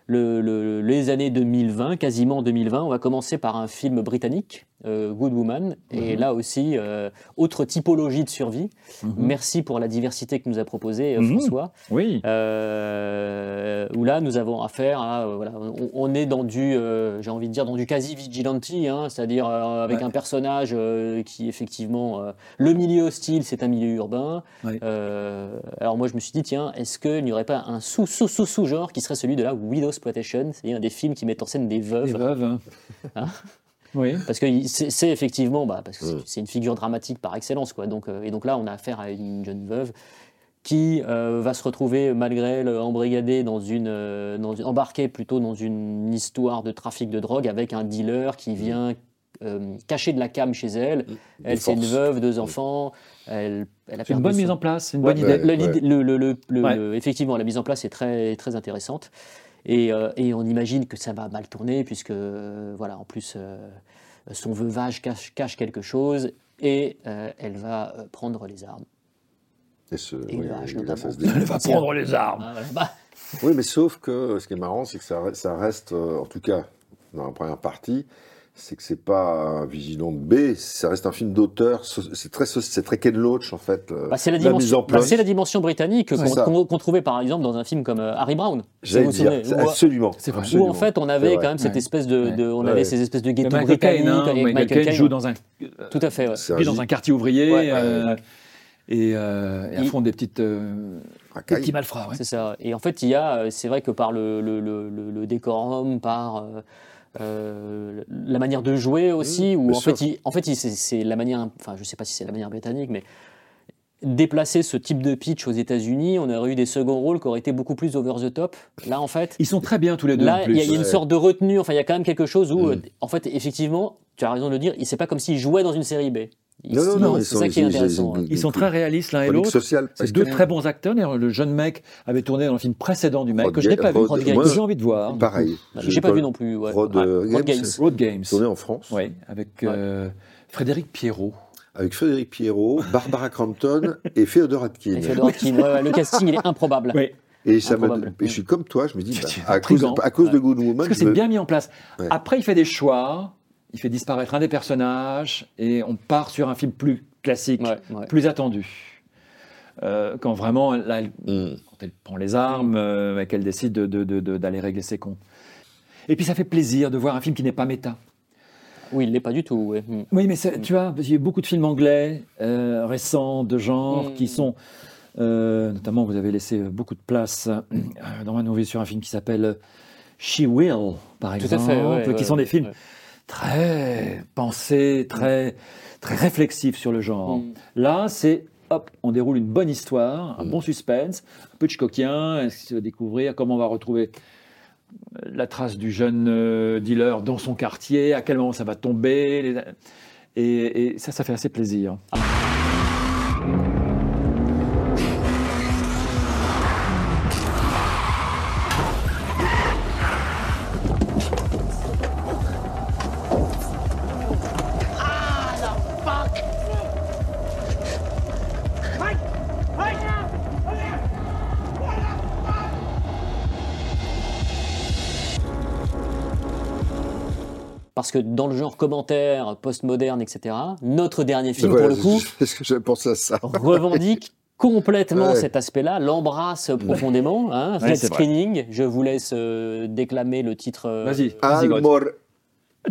Speaker 2: le- le- les années 2020, quasiment 2020. On va commencer par un film britannique, euh, Good Woman, et là aussi, euh, autre typologie de survie.
Speaker 3: Mhm.
Speaker 2: Merci pour la diversité que nous a proposée euh,
Speaker 3: Mhm.
Speaker 2: François.
Speaker 3: Oui.
Speaker 2: Euh, où là nous avons affaire à euh, voilà, on, on est dans du euh, j'ai envie de dire dans du quasi vigilante hein, c'est-à-dire euh, avec
Speaker 3: Ouais.
Speaker 2: un personnage euh, qui effectivement euh, le milieu hostile c'est un milieu urbain
Speaker 3: Ouais.
Speaker 2: Euh, alors moi je me suis dit tiens est-ce qu'il n'y aurait pas un sous sous sous sous genre qui serait celui de la widow exploitation c'est-à-dire des films qui mettent en scène des veuves
Speaker 3: Les veuves. hein.
Speaker 2: Hein
Speaker 3: oui.
Speaker 2: parce que il- c'est c'est effectivement, bah, parce que c'est-
Speaker 4: Mm.
Speaker 2: c'est une figure dramatique par excellence, quoi. Donc, euh, et donc là, on a affaire à une jeune veuve qui euh, va se retrouver malgré elle embrigadée dans une, euh, dans une- embarquée plutôt dans une histoire de trafic de drogue avec un dealer
Speaker 4: Mm.
Speaker 2: qui vient euh, cacher de la cam chez elle.
Speaker 4: des
Speaker 2: Elle, c'est une
Speaker 4: forces. Mm.
Speaker 2: veuve, deux enfants. Elle, elle a
Speaker 3: C'est une
Speaker 2: perdu
Speaker 3: bonne
Speaker 2: son-
Speaker 3: mise en place, c'est une
Speaker 2: Ouais,
Speaker 3: bonne
Speaker 4: ouais.
Speaker 3: idée.
Speaker 2: le- le- l'idée- le- le- le- le-
Speaker 3: Ouais.
Speaker 2: le- effectivement, la mise en place est très, très intéressante. Et, euh, et on imagine que ça va mal tourner, puisque, euh, voilà, en plus, euh, son veuvage cache, cache quelque chose. Et euh, elle va euh, prendre les armes.
Speaker 4: Et ce-
Speaker 2: Et
Speaker 4: oui,
Speaker 2: le vache,
Speaker 4: oui, là, ça se
Speaker 2: notamment.
Speaker 4: dé-
Speaker 3: Elle va prendre les armes.
Speaker 2: Ah, voilà. Bah,
Speaker 4: Oui, mais sauf que euh, ce qui est marrant, c'est que ça, re- ça reste, euh, en tout cas, dans la première partie, c'est que c'est pas un vigilant B, ça reste un film d'auteur. so- C'est très, so- c'est très Ken Loach en fait. euh,
Speaker 2: bah, c'est la,
Speaker 4: la
Speaker 2: dimension-
Speaker 4: mise en
Speaker 2: bah,
Speaker 4: place.
Speaker 2: c'est la dimension britannique
Speaker 4: Ouais,
Speaker 2: qu'on
Speaker 4: ça.
Speaker 2: qu'on- qu'on trouvait par exemple dans un film comme euh, Harry Brown. si
Speaker 4: J'allais
Speaker 2: vous vous
Speaker 4: dire,
Speaker 2: souvenez,
Speaker 4: c'est-
Speaker 2: où-
Speaker 4: absolument.
Speaker 3: C'est vrai.
Speaker 2: où,
Speaker 4: absolument.
Speaker 2: en fait on
Speaker 4: C'est
Speaker 2: avait
Speaker 4: vrai.
Speaker 2: quand même cette
Speaker 3: Ouais.
Speaker 2: espèce de, de- on
Speaker 4: Ouais.
Speaker 2: avait ces espèces de
Speaker 3: Et
Speaker 2: ghettos
Speaker 3: Michael
Speaker 2: britanniques
Speaker 3: Caine, hein,
Speaker 2: avec
Speaker 3: Michael Caine joue dans un,
Speaker 2: Tout à fait. ouais.
Speaker 4: C'est un
Speaker 3: puis dans
Speaker 4: gi-
Speaker 3: un quartier ouvrier.
Speaker 2: Ouais, ouais,
Speaker 3: euh, et, euh, et
Speaker 2: Il-
Speaker 3: affrontent des petites euh, des
Speaker 4: Racaille.
Speaker 3: petits malfrats. ouais.
Speaker 2: C'est ça. Et en fait, il y a, euh, c'est vrai que par le, le, le- le- le décorum, par euh, euh, la manière de jouer aussi, où
Speaker 4: Mmh, bien
Speaker 2: en
Speaker 4: sûr.
Speaker 2: fait, il- en fait, il- c'est- c'est la manière, enfin, je sais pas si c'est la manière britannique, mais déplacer ce type de pitch aux États-Unis, on aurait eu des seconds rôles qui auraient été beaucoup plus over the top. Là, en fait,
Speaker 3: Ils sont très bien tous les deux. en
Speaker 2: Là, il
Speaker 3: plus.
Speaker 2: y, a- il y a une
Speaker 4: ouais.
Speaker 2: sorte de retenue. Enfin, il y a quand même quelque chose où,
Speaker 4: Mm.
Speaker 2: euh, en fait, effectivement, tu as raison de le dire, il- c'est pas comme s'il jouait dans une série B. Il-
Speaker 4: Non, non, non, ils
Speaker 2: c'est
Speaker 4: sont-
Speaker 2: ça qui est
Speaker 4: ils- ils-
Speaker 2: intéressant.
Speaker 4: ils-
Speaker 2: ouais.
Speaker 3: Ils sont très réalistes l'un et
Speaker 4: Chronique
Speaker 3: l'autre.
Speaker 4: sociale,
Speaker 3: C'est
Speaker 4: parce
Speaker 3: deux
Speaker 4: que-
Speaker 3: très bons acteurs. D'ailleurs, Le jeune mec avait tourné dans le film précédent du mec
Speaker 4: Rod
Speaker 3: que je n'ai pas vu,
Speaker 4: Rod-
Speaker 3: que
Speaker 4: moi,
Speaker 3: j'ai envie de voir.
Speaker 4: Pareil.
Speaker 2: Bah, J'ai pas vu non plus. ouais.
Speaker 4: Rod,
Speaker 2: Ouais,
Speaker 4: euh,
Speaker 2: Rod
Speaker 4: Games.
Speaker 2: Games.
Speaker 3: Road Games.
Speaker 4: Tourné en France
Speaker 3: Oui, avec
Speaker 2: Ouais.
Speaker 3: euh, Frédéric Pierrot.
Speaker 4: avec Frédéric Pierrot, Barbara Crampton et Féodor Atkin.
Speaker 2: Et Fedor Atkin. Ouais, ouais, le casting, il est improbable.
Speaker 4: Et, ça m'a-
Speaker 2: Improbable.
Speaker 4: et je suis comme toi, je me dis, bah,
Speaker 3: Tu es
Speaker 4: à, cause de,
Speaker 3: intrigant.
Speaker 4: à cause de Good Woman,
Speaker 3: Parce que
Speaker 4: je
Speaker 3: c'est
Speaker 4: me-
Speaker 3: bien mis en place.
Speaker 4: Ouais.
Speaker 3: Après, il fait des choix, il fait disparaître un des personnages et on part sur un film plus classique,
Speaker 2: Ouais, ouais.
Speaker 3: plus attendu. Euh, quand vraiment, là, elle-
Speaker 4: Mm.
Speaker 3: quand elle prend les armes, euh, et qu'elle décide de- de- de- de- d'aller régler ses comptes. Et puis ça fait plaisir de voir un film qui n'est pas méta.
Speaker 2: Oui, il l'est pas du tout. ouais. Mm.
Speaker 3: Oui, mais c'est- tu vois, il y a eu beaucoup de films anglais euh, récents, de genre,
Speaker 2: Mm.
Speaker 3: qui sont. euh, notamment, vous avez laissé beaucoup de place euh, dans un nouvelle sur un film qui s'appelle euh, She Will, par
Speaker 2: Tout à
Speaker 3: exemple,
Speaker 2: fait. ouais,
Speaker 3: qui
Speaker 2: ouais,
Speaker 3: sont des
Speaker 2: ouais,
Speaker 3: films
Speaker 2: ouais.
Speaker 3: très pensés, très, très réflexifs sur le genre.
Speaker 2: Mm.
Speaker 3: Là, c'est hop, on déroule une bonne histoire,
Speaker 4: Mm.
Speaker 3: un bon suspense, un peu Hitchcockien, se découvrir comment on va retrouver euh, la trace du jeune euh, dealer dans son quartier, à quel moment ça va tomber. les- Et, et ça, ça fait assez plaisir. Ah,
Speaker 2: Parce que dans le genre commentaire, postmoderne, etc., notre dernier film,
Speaker 4: Voilà,
Speaker 2: pour le coup,
Speaker 4: c'est- c'est ce que je pense à ça.
Speaker 2: revendique complètement
Speaker 4: Ouais.
Speaker 2: cet aspect-là, l'embrasse profondément. Hein.
Speaker 3: Ouais,
Speaker 2: Red
Speaker 3: c'est vrai.
Speaker 2: Screening, je vous laisse euh, déclamer le titre. euh,
Speaker 3: Vas-y, vas-y,
Speaker 4: Al,
Speaker 3: Gauthier.
Speaker 4: mor-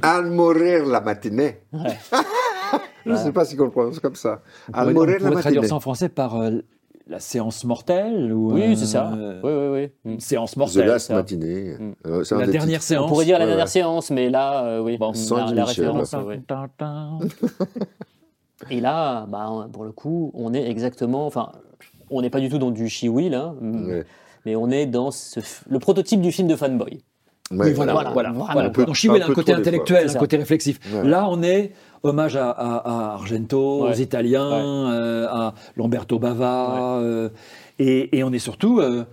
Speaker 4: al mourir la matinée.
Speaker 2: Ouais.
Speaker 4: je ne sais pas si on le prononce comme ça.
Speaker 3: On
Speaker 4: Al
Speaker 3: pourrait-
Speaker 4: mourir
Speaker 3: on
Speaker 4: la
Speaker 3: pourrait traduire
Speaker 4: matinée.
Speaker 3: ça en français par euh, la séance mortelle ou,
Speaker 2: Oui,
Speaker 3: euh,
Speaker 2: c'est ça. Oui, oui, oui. Mm.
Speaker 3: Une séance
Speaker 4: The
Speaker 3: mortelle.
Speaker 4: Last
Speaker 3: ça.
Speaker 4: Matinée.
Speaker 2: Mm.
Speaker 4: Euh, c'est un
Speaker 3: La
Speaker 4: des
Speaker 3: dernière
Speaker 4: titres.
Speaker 3: séance.
Speaker 2: On pourrait dire la
Speaker 4: ouais,
Speaker 2: dernière
Speaker 4: ouais.
Speaker 2: séance, mais là, euh, oui,
Speaker 4: sans
Speaker 2: la, la
Speaker 4: Michel,
Speaker 2: référence.
Speaker 4: ouais.
Speaker 2: ouais.
Speaker 3: Tin, tin, tin.
Speaker 2: Et là, bah, pour le coup, on est exactement, enfin, on n'est pas du tout dans du she-will, hein, m-
Speaker 4: Ouais.
Speaker 2: mais on est dans ce f- le prototype du film de fanboy.
Speaker 4: Ouais,
Speaker 3: oui, voilà,
Speaker 2: voilà,
Speaker 3: voilà.
Speaker 2: vraiment.
Speaker 3: voilà.
Speaker 4: On peut-
Speaker 3: Donc, Chiu,
Speaker 4: un
Speaker 3: il a un
Speaker 4: peu
Speaker 3: côté
Speaker 4: trop des
Speaker 3: intellectuel,
Speaker 2: fois.
Speaker 3: un côté réflexif.
Speaker 4: Ouais.
Speaker 3: Là, on est hommage à, à- à Argento,
Speaker 2: Ouais.
Speaker 3: aux Italiens, euh, à Lamberto Bava, euh, et, et on est surtout. euh,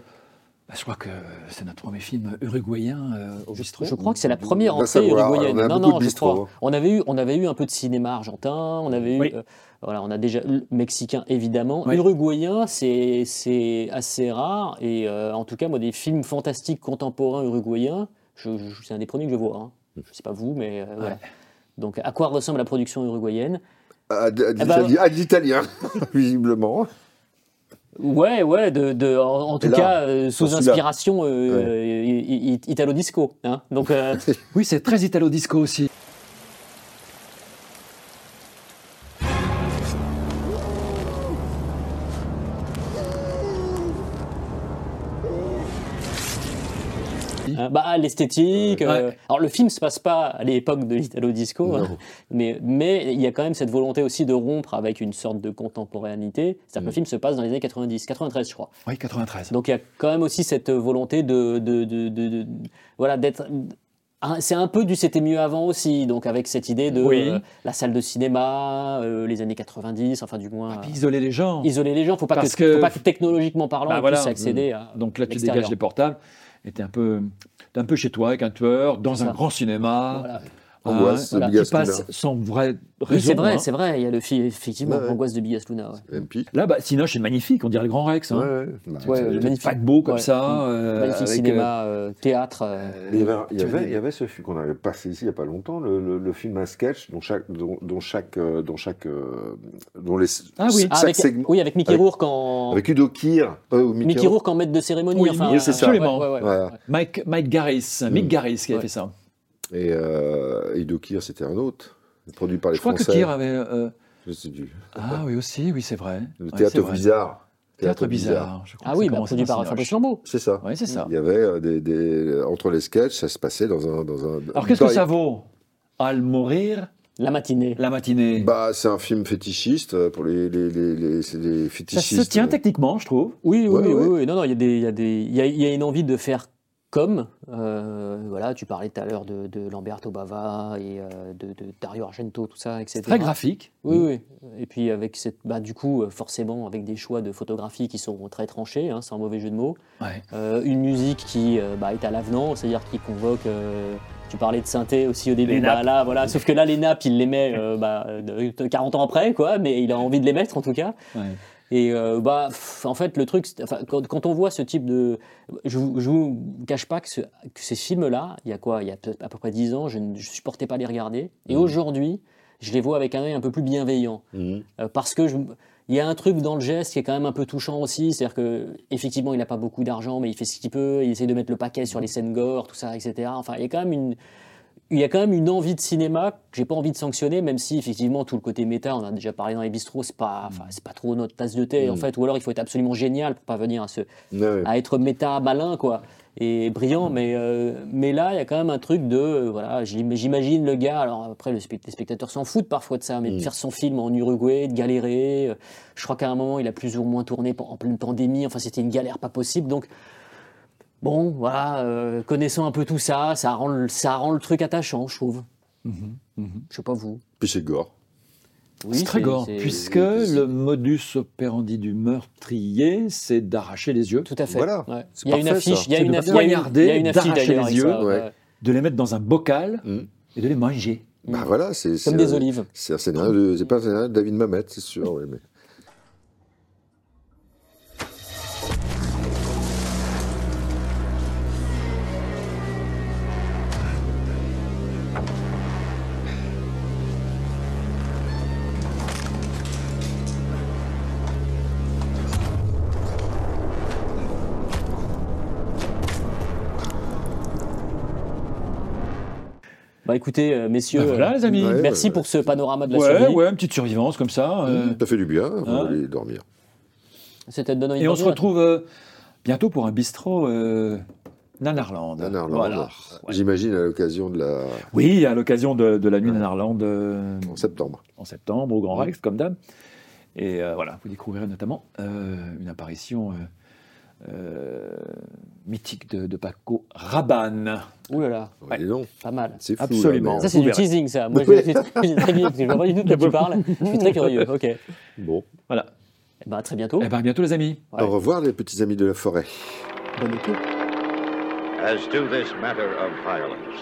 Speaker 3: bah, je crois que c'est notre premier film uruguayen euh, au bistrot.
Speaker 2: Je crois que c'est la première
Speaker 4: va
Speaker 2: entrée
Speaker 4: savoir,
Speaker 2: uruguayenne.
Speaker 4: on a
Speaker 2: Non,
Speaker 4: beaucoup
Speaker 2: non,
Speaker 4: de
Speaker 2: je
Speaker 4: bistrots,
Speaker 2: crois.
Speaker 4: hein.
Speaker 2: On avait eu, on avait eu un peu de cinéma argentin, on avait eu,
Speaker 3: Oui.
Speaker 2: euh, voilà, on a déjà eu mexicain évidemment.
Speaker 3: Oui.
Speaker 2: Uruguayen, c'est c'est assez rare et euh, en tout cas, moi, des films fantastiques contemporains uruguayens, je- je- c'est un des premiers que je vois. Hein.
Speaker 4: Mmh.
Speaker 2: Je sais pas vous, mais euh, voilà. Donc, à quoi ressemble la production uruguayenne
Speaker 4: À de- à de
Speaker 2: Eh ben-
Speaker 4: l'Italie- à de l'italien, ah, visiblement.
Speaker 2: Ouais, ouais, de, de- en, en tout
Speaker 4: là,
Speaker 2: cas, euh, sous
Speaker 4: celui-là.
Speaker 2: inspiration euh, i- i- italo-disco. hein. Donc, euh,
Speaker 3: Oui, c'est très italo-disco aussi.
Speaker 2: hein, bah, l'esthétique. euh,
Speaker 3: Ouais.
Speaker 2: alors, le film se passe pas à l'époque de l'italo-disco, hein,
Speaker 4: Non.
Speaker 2: mais mais il y a quand même cette volonté aussi de rompre avec une sorte de contemporanéité. C'est-à-dire que
Speaker 4: Mm.
Speaker 2: le film se passe dans les années 90, 93, je crois.
Speaker 3: Oui, 93.
Speaker 2: Donc il y a quand même aussi cette volonté de, de- de- de- de- voilà d'être un- c'est un peu du c'était mieux avant aussi, donc avec cette idée de
Speaker 3: Oui.
Speaker 2: euh, la salle de cinéma, euh, les années 90, enfin du moins euh,
Speaker 3: Isoler les gens.
Speaker 2: isoler les gens, faut pas
Speaker 3: Parce
Speaker 2: que,
Speaker 3: que-
Speaker 2: faut pas que technologiquement parlant,
Speaker 3: Bah,
Speaker 2: on
Speaker 3: voilà.
Speaker 2: puisse accéder à
Speaker 3: Donc là, tu
Speaker 2: l'extérieur.
Speaker 3: dégages les portables et t'es un peu, t'es un peu chez toi avec un tueur dans
Speaker 2: C'est
Speaker 3: un
Speaker 2: ça.
Speaker 3: grand cinéma. hein,
Speaker 2: Voilà.
Speaker 4: Angoisse
Speaker 2: voilà.
Speaker 4: de
Speaker 3: qui
Speaker 4: Bigas
Speaker 3: passe sans vraie
Speaker 2: Oui,
Speaker 3: Ah, raison.
Speaker 2: c'est vrai,
Speaker 3: hein.
Speaker 2: c'est vrai, il y a le film effectivement
Speaker 4: Ouais, ouais.
Speaker 2: angoisse de Bigas Luna. ouais.
Speaker 4: MP.
Speaker 3: Là, bah, Sinoche est magnifique, on dirait le Grand Rex.
Speaker 4: Ouais,
Speaker 3: Hein.
Speaker 4: ouais. Bah,
Speaker 2: Ouais,
Speaker 4: c'est-
Speaker 2: le
Speaker 3: de
Speaker 2: magnifique.
Speaker 3: paquebot comme
Speaker 2: Ouais.
Speaker 3: ça. euh,
Speaker 2: Magnifique
Speaker 3: avec,
Speaker 2: cinéma, euh, théâtre. euh,
Speaker 4: Il y avait, il y avait- il y avait ce film qu'on avait passé ici il n'y a pas longtemps, le, le- le film à sketch dont chaque, dont, dont chaque, euh, dont chaque, euh, dont les
Speaker 3: Ah oui.
Speaker 2: ah,
Speaker 4: chaque
Speaker 2: avec,
Speaker 4: segment-
Speaker 2: oui, avec Mickey
Speaker 4: avec-
Speaker 2: Rourke en
Speaker 4: avec Udo Kier, euh, ou Mickey
Speaker 2: Mickey
Speaker 4: Rourke.
Speaker 2: Rourke en maître de cérémonie.
Speaker 3: Oui,
Speaker 2: enfin,
Speaker 3: oui, c'est ça.
Speaker 2: ouais,
Speaker 3: Absolument.
Speaker 2: ouais, ouais, ouais.
Speaker 4: Voilà.
Speaker 3: euh, Mike, Mike Garris, Mick Garris qui a
Speaker 2: Ouais.
Speaker 3: fait ça.
Speaker 4: et euh, et Udo Kier c'était un autre, produit par les
Speaker 3: Je crois que
Speaker 4: Français.
Speaker 3: Kier avait. euh,
Speaker 4: Je sais du
Speaker 3: Ah oui, aussi, oui, c'est vrai.
Speaker 4: le
Speaker 3: Ouais,
Speaker 4: théâtre
Speaker 3: c'est vrai.
Speaker 4: bizarre.
Speaker 3: Théâtre bizarre. Mm. je crois
Speaker 2: Ah
Speaker 3: que
Speaker 2: oui,
Speaker 3: ça
Speaker 2: bah,
Speaker 3: commence
Speaker 2: produit
Speaker 3: dans
Speaker 2: par
Speaker 3: Cinoche.
Speaker 2: Fabrice Lambeau.
Speaker 4: C'est ça.
Speaker 3: Oui, c'est ça.
Speaker 4: Il y avait euh, des, des- entre les sketchs, ça se passait dans un dans un.
Speaker 3: Alors qu'est-ce que
Speaker 4: dans-
Speaker 3: ça vaut Al mourir,
Speaker 2: La matinée.
Speaker 3: la matinée.
Speaker 4: Bah, c'est un film fétichiste euh, pour les les les, les- c'est des
Speaker 3: ça
Speaker 4: fétichistes.
Speaker 3: se tient techniquement, je trouve.
Speaker 2: Oui, oui,
Speaker 4: Ouais,
Speaker 2: oui,
Speaker 4: ouais.
Speaker 2: oui. Non, non, il y, a des- il y, a des- il y a- il y a une envie de faire comme. euh, voilà, tu parlais tout à l'heure de, de Lamberto Bava et euh, de, de Dario Argento, tout ça, etc.
Speaker 3: C'est très graphique.
Speaker 2: Oui, oui. Et puis, avec cette, bah, du coup, euh, forcément, avec des choix de photographie qui sont très tranchés, hein, sans mauvais jeu de mots.
Speaker 3: Ouais.
Speaker 2: Euh, une musique qui euh, bah, est à l'avenant, c'est-à-dire qui convoque. euh, tu parlais de synthé aussi au début.
Speaker 3: Les
Speaker 2: bah,
Speaker 3: nappes.
Speaker 2: là, voilà. Sauf que là, les nappes, il les met euh, bah, de- de 40 ans après, quoi, mais il a envie de les mettre en tout cas.
Speaker 3: Ouais.
Speaker 2: Et euh, bah, pff, en fait, le truc, c'est- enfin, quand, quand on voit ce type de. Je vous, je vous cache pas que, ce- que ces films-là, il y a quoi Il y a peut-être à peu près 10 ans, je ne je supportais pas les regarder. Et
Speaker 3: Mm.
Speaker 4: Mhm.
Speaker 2: aujourd'hui, je les vois avec un œil un peu plus bienveillant.
Speaker 4: Mhm.
Speaker 2: Euh, parce que je- il y a un truc dans le geste qui est quand même un peu touchant aussi, c'est-à-dire que effectivement il n'a pas beaucoup d'argent, mais il fait ce qu'il peut, il essaie de mettre le paquet sur les scènes gore, tout ça, etc. Enfin, il y a quand même une, il y a quand même une envie de cinéma que j'ai pas envie de sanctionner, même si effectivement tout le côté méta, on en a déjà parlé dans les bistrots, c'est pas, enfin, c'est pas trop notre tasse de thé en
Speaker 4: Mm.
Speaker 2: fait, ou alors il faut être absolument génial pour pas venir à ce,
Speaker 4: Ouais, ouais.
Speaker 3: Ah.
Speaker 2: à être méta malin quoi et brillant mais euh, mais là il y a quand même un truc de euh, voilà j'im- j'imagine le gars alors après le spect- les spectateurs s'en foutent parfois de ça mais de
Speaker 4: Mm.
Speaker 2: faire son film en Uruguay de galérer euh, je crois qu'à un moment il a plus ou moins tourné pe- en pleine pandémie enfin c'était une galère pas possible donc bon voilà euh, connaissant un peu tout ça ça rend le, ça rend le truc attachant je trouve je sais pas vous
Speaker 4: Puis c'est gore.
Speaker 2: oui
Speaker 3: Mhm, c'est très gore,
Speaker 2: c'est-
Speaker 3: puisque le modus operandi du meurtrier, c'est d'arracher les yeux,
Speaker 2: tout à fait
Speaker 4: Voilà.
Speaker 2: ouais.
Speaker 4: C'est
Speaker 2: il y a une
Speaker 4: parfait, ça.
Speaker 2: affiche il y a
Speaker 3: C'est de
Speaker 2: une
Speaker 3: pas
Speaker 2: affiche il y a une- il y a
Speaker 3: poignarder,
Speaker 2: une affiche
Speaker 3: d'arracher
Speaker 2: d'ailleurs
Speaker 3: les
Speaker 2: avec
Speaker 3: yeux,
Speaker 2: ça,
Speaker 4: ouais.
Speaker 2: ouais.
Speaker 3: de les mettre dans un bocal
Speaker 4: Mhm.
Speaker 3: et de les manger.
Speaker 4: Bah voilà, c'est c'est-
Speaker 2: comme
Speaker 3: euh,
Speaker 2: des olives
Speaker 4: C'est un scénario de, c'est pas un scénario de David Mamet, c'est sûr. ouais, mais-
Speaker 2: Bah écoutez, euh, messieurs,
Speaker 3: Ben voilà,
Speaker 2: euh,
Speaker 3: les amis.
Speaker 4: Ouais.
Speaker 2: merci pour ce panorama de la
Speaker 3: ouais,
Speaker 2: survie.
Speaker 3: ouais, une petite survivance comme ça. euh,
Speaker 4: T'as fait du bien
Speaker 3: hein.
Speaker 4: avant d'aller dormir.
Speaker 2: C'était de donner une
Speaker 3: Et on
Speaker 2: bonne
Speaker 3: se
Speaker 2: note.
Speaker 3: retrouve euh, bientôt pour un bistrot euh, Nanarland.
Speaker 4: Nanarland.
Speaker 3: Voilà. Ouais.
Speaker 4: J'imagine à l'occasion de la.
Speaker 3: Oui, à l'occasion de, de la nuit Nanarland euh,
Speaker 4: en septembre.
Speaker 3: en septembre au Grand Rex, comme d'hab. Et euh, voilà, vous découvrirez notamment euh, une apparition euh, euh, mythique de, de Paco Rabanne.
Speaker 2: Ouh là là,
Speaker 4: Ouais. Dis donc,
Speaker 2: pas mal.
Speaker 4: c'est fou.
Speaker 3: Absolument.
Speaker 4: là,
Speaker 2: Ça
Speaker 4: mais-
Speaker 2: c'est
Speaker 3: Vous
Speaker 2: du
Speaker 3: verrez.
Speaker 2: teasing ça. Moi je suis je suis très bien parce que je vois pas du tout de quoi tu parles. Je suis très curieux. Ok. Et
Speaker 4: Bon.
Speaker 3: Voilà.
Speaker 2: ben à très bientôt.
Speaker 3: Eh bien, à bientôt les amis.
Speaker 2: Ouais.
Speaker 4: Au revoir, les petits amis de la forêt.
Speaker 2: Bonne écoute.
Speaker 9: As to this matter of violence,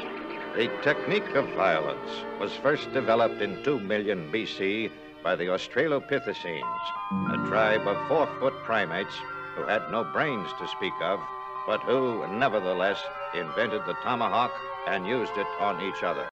Speaker 9: the technique of violence was first developed in 2 million BC by the Australopithecines, a tribe of four foot primates who had no brains to speak of, but who, nevertheless, invented the tomahawk and used it on each other.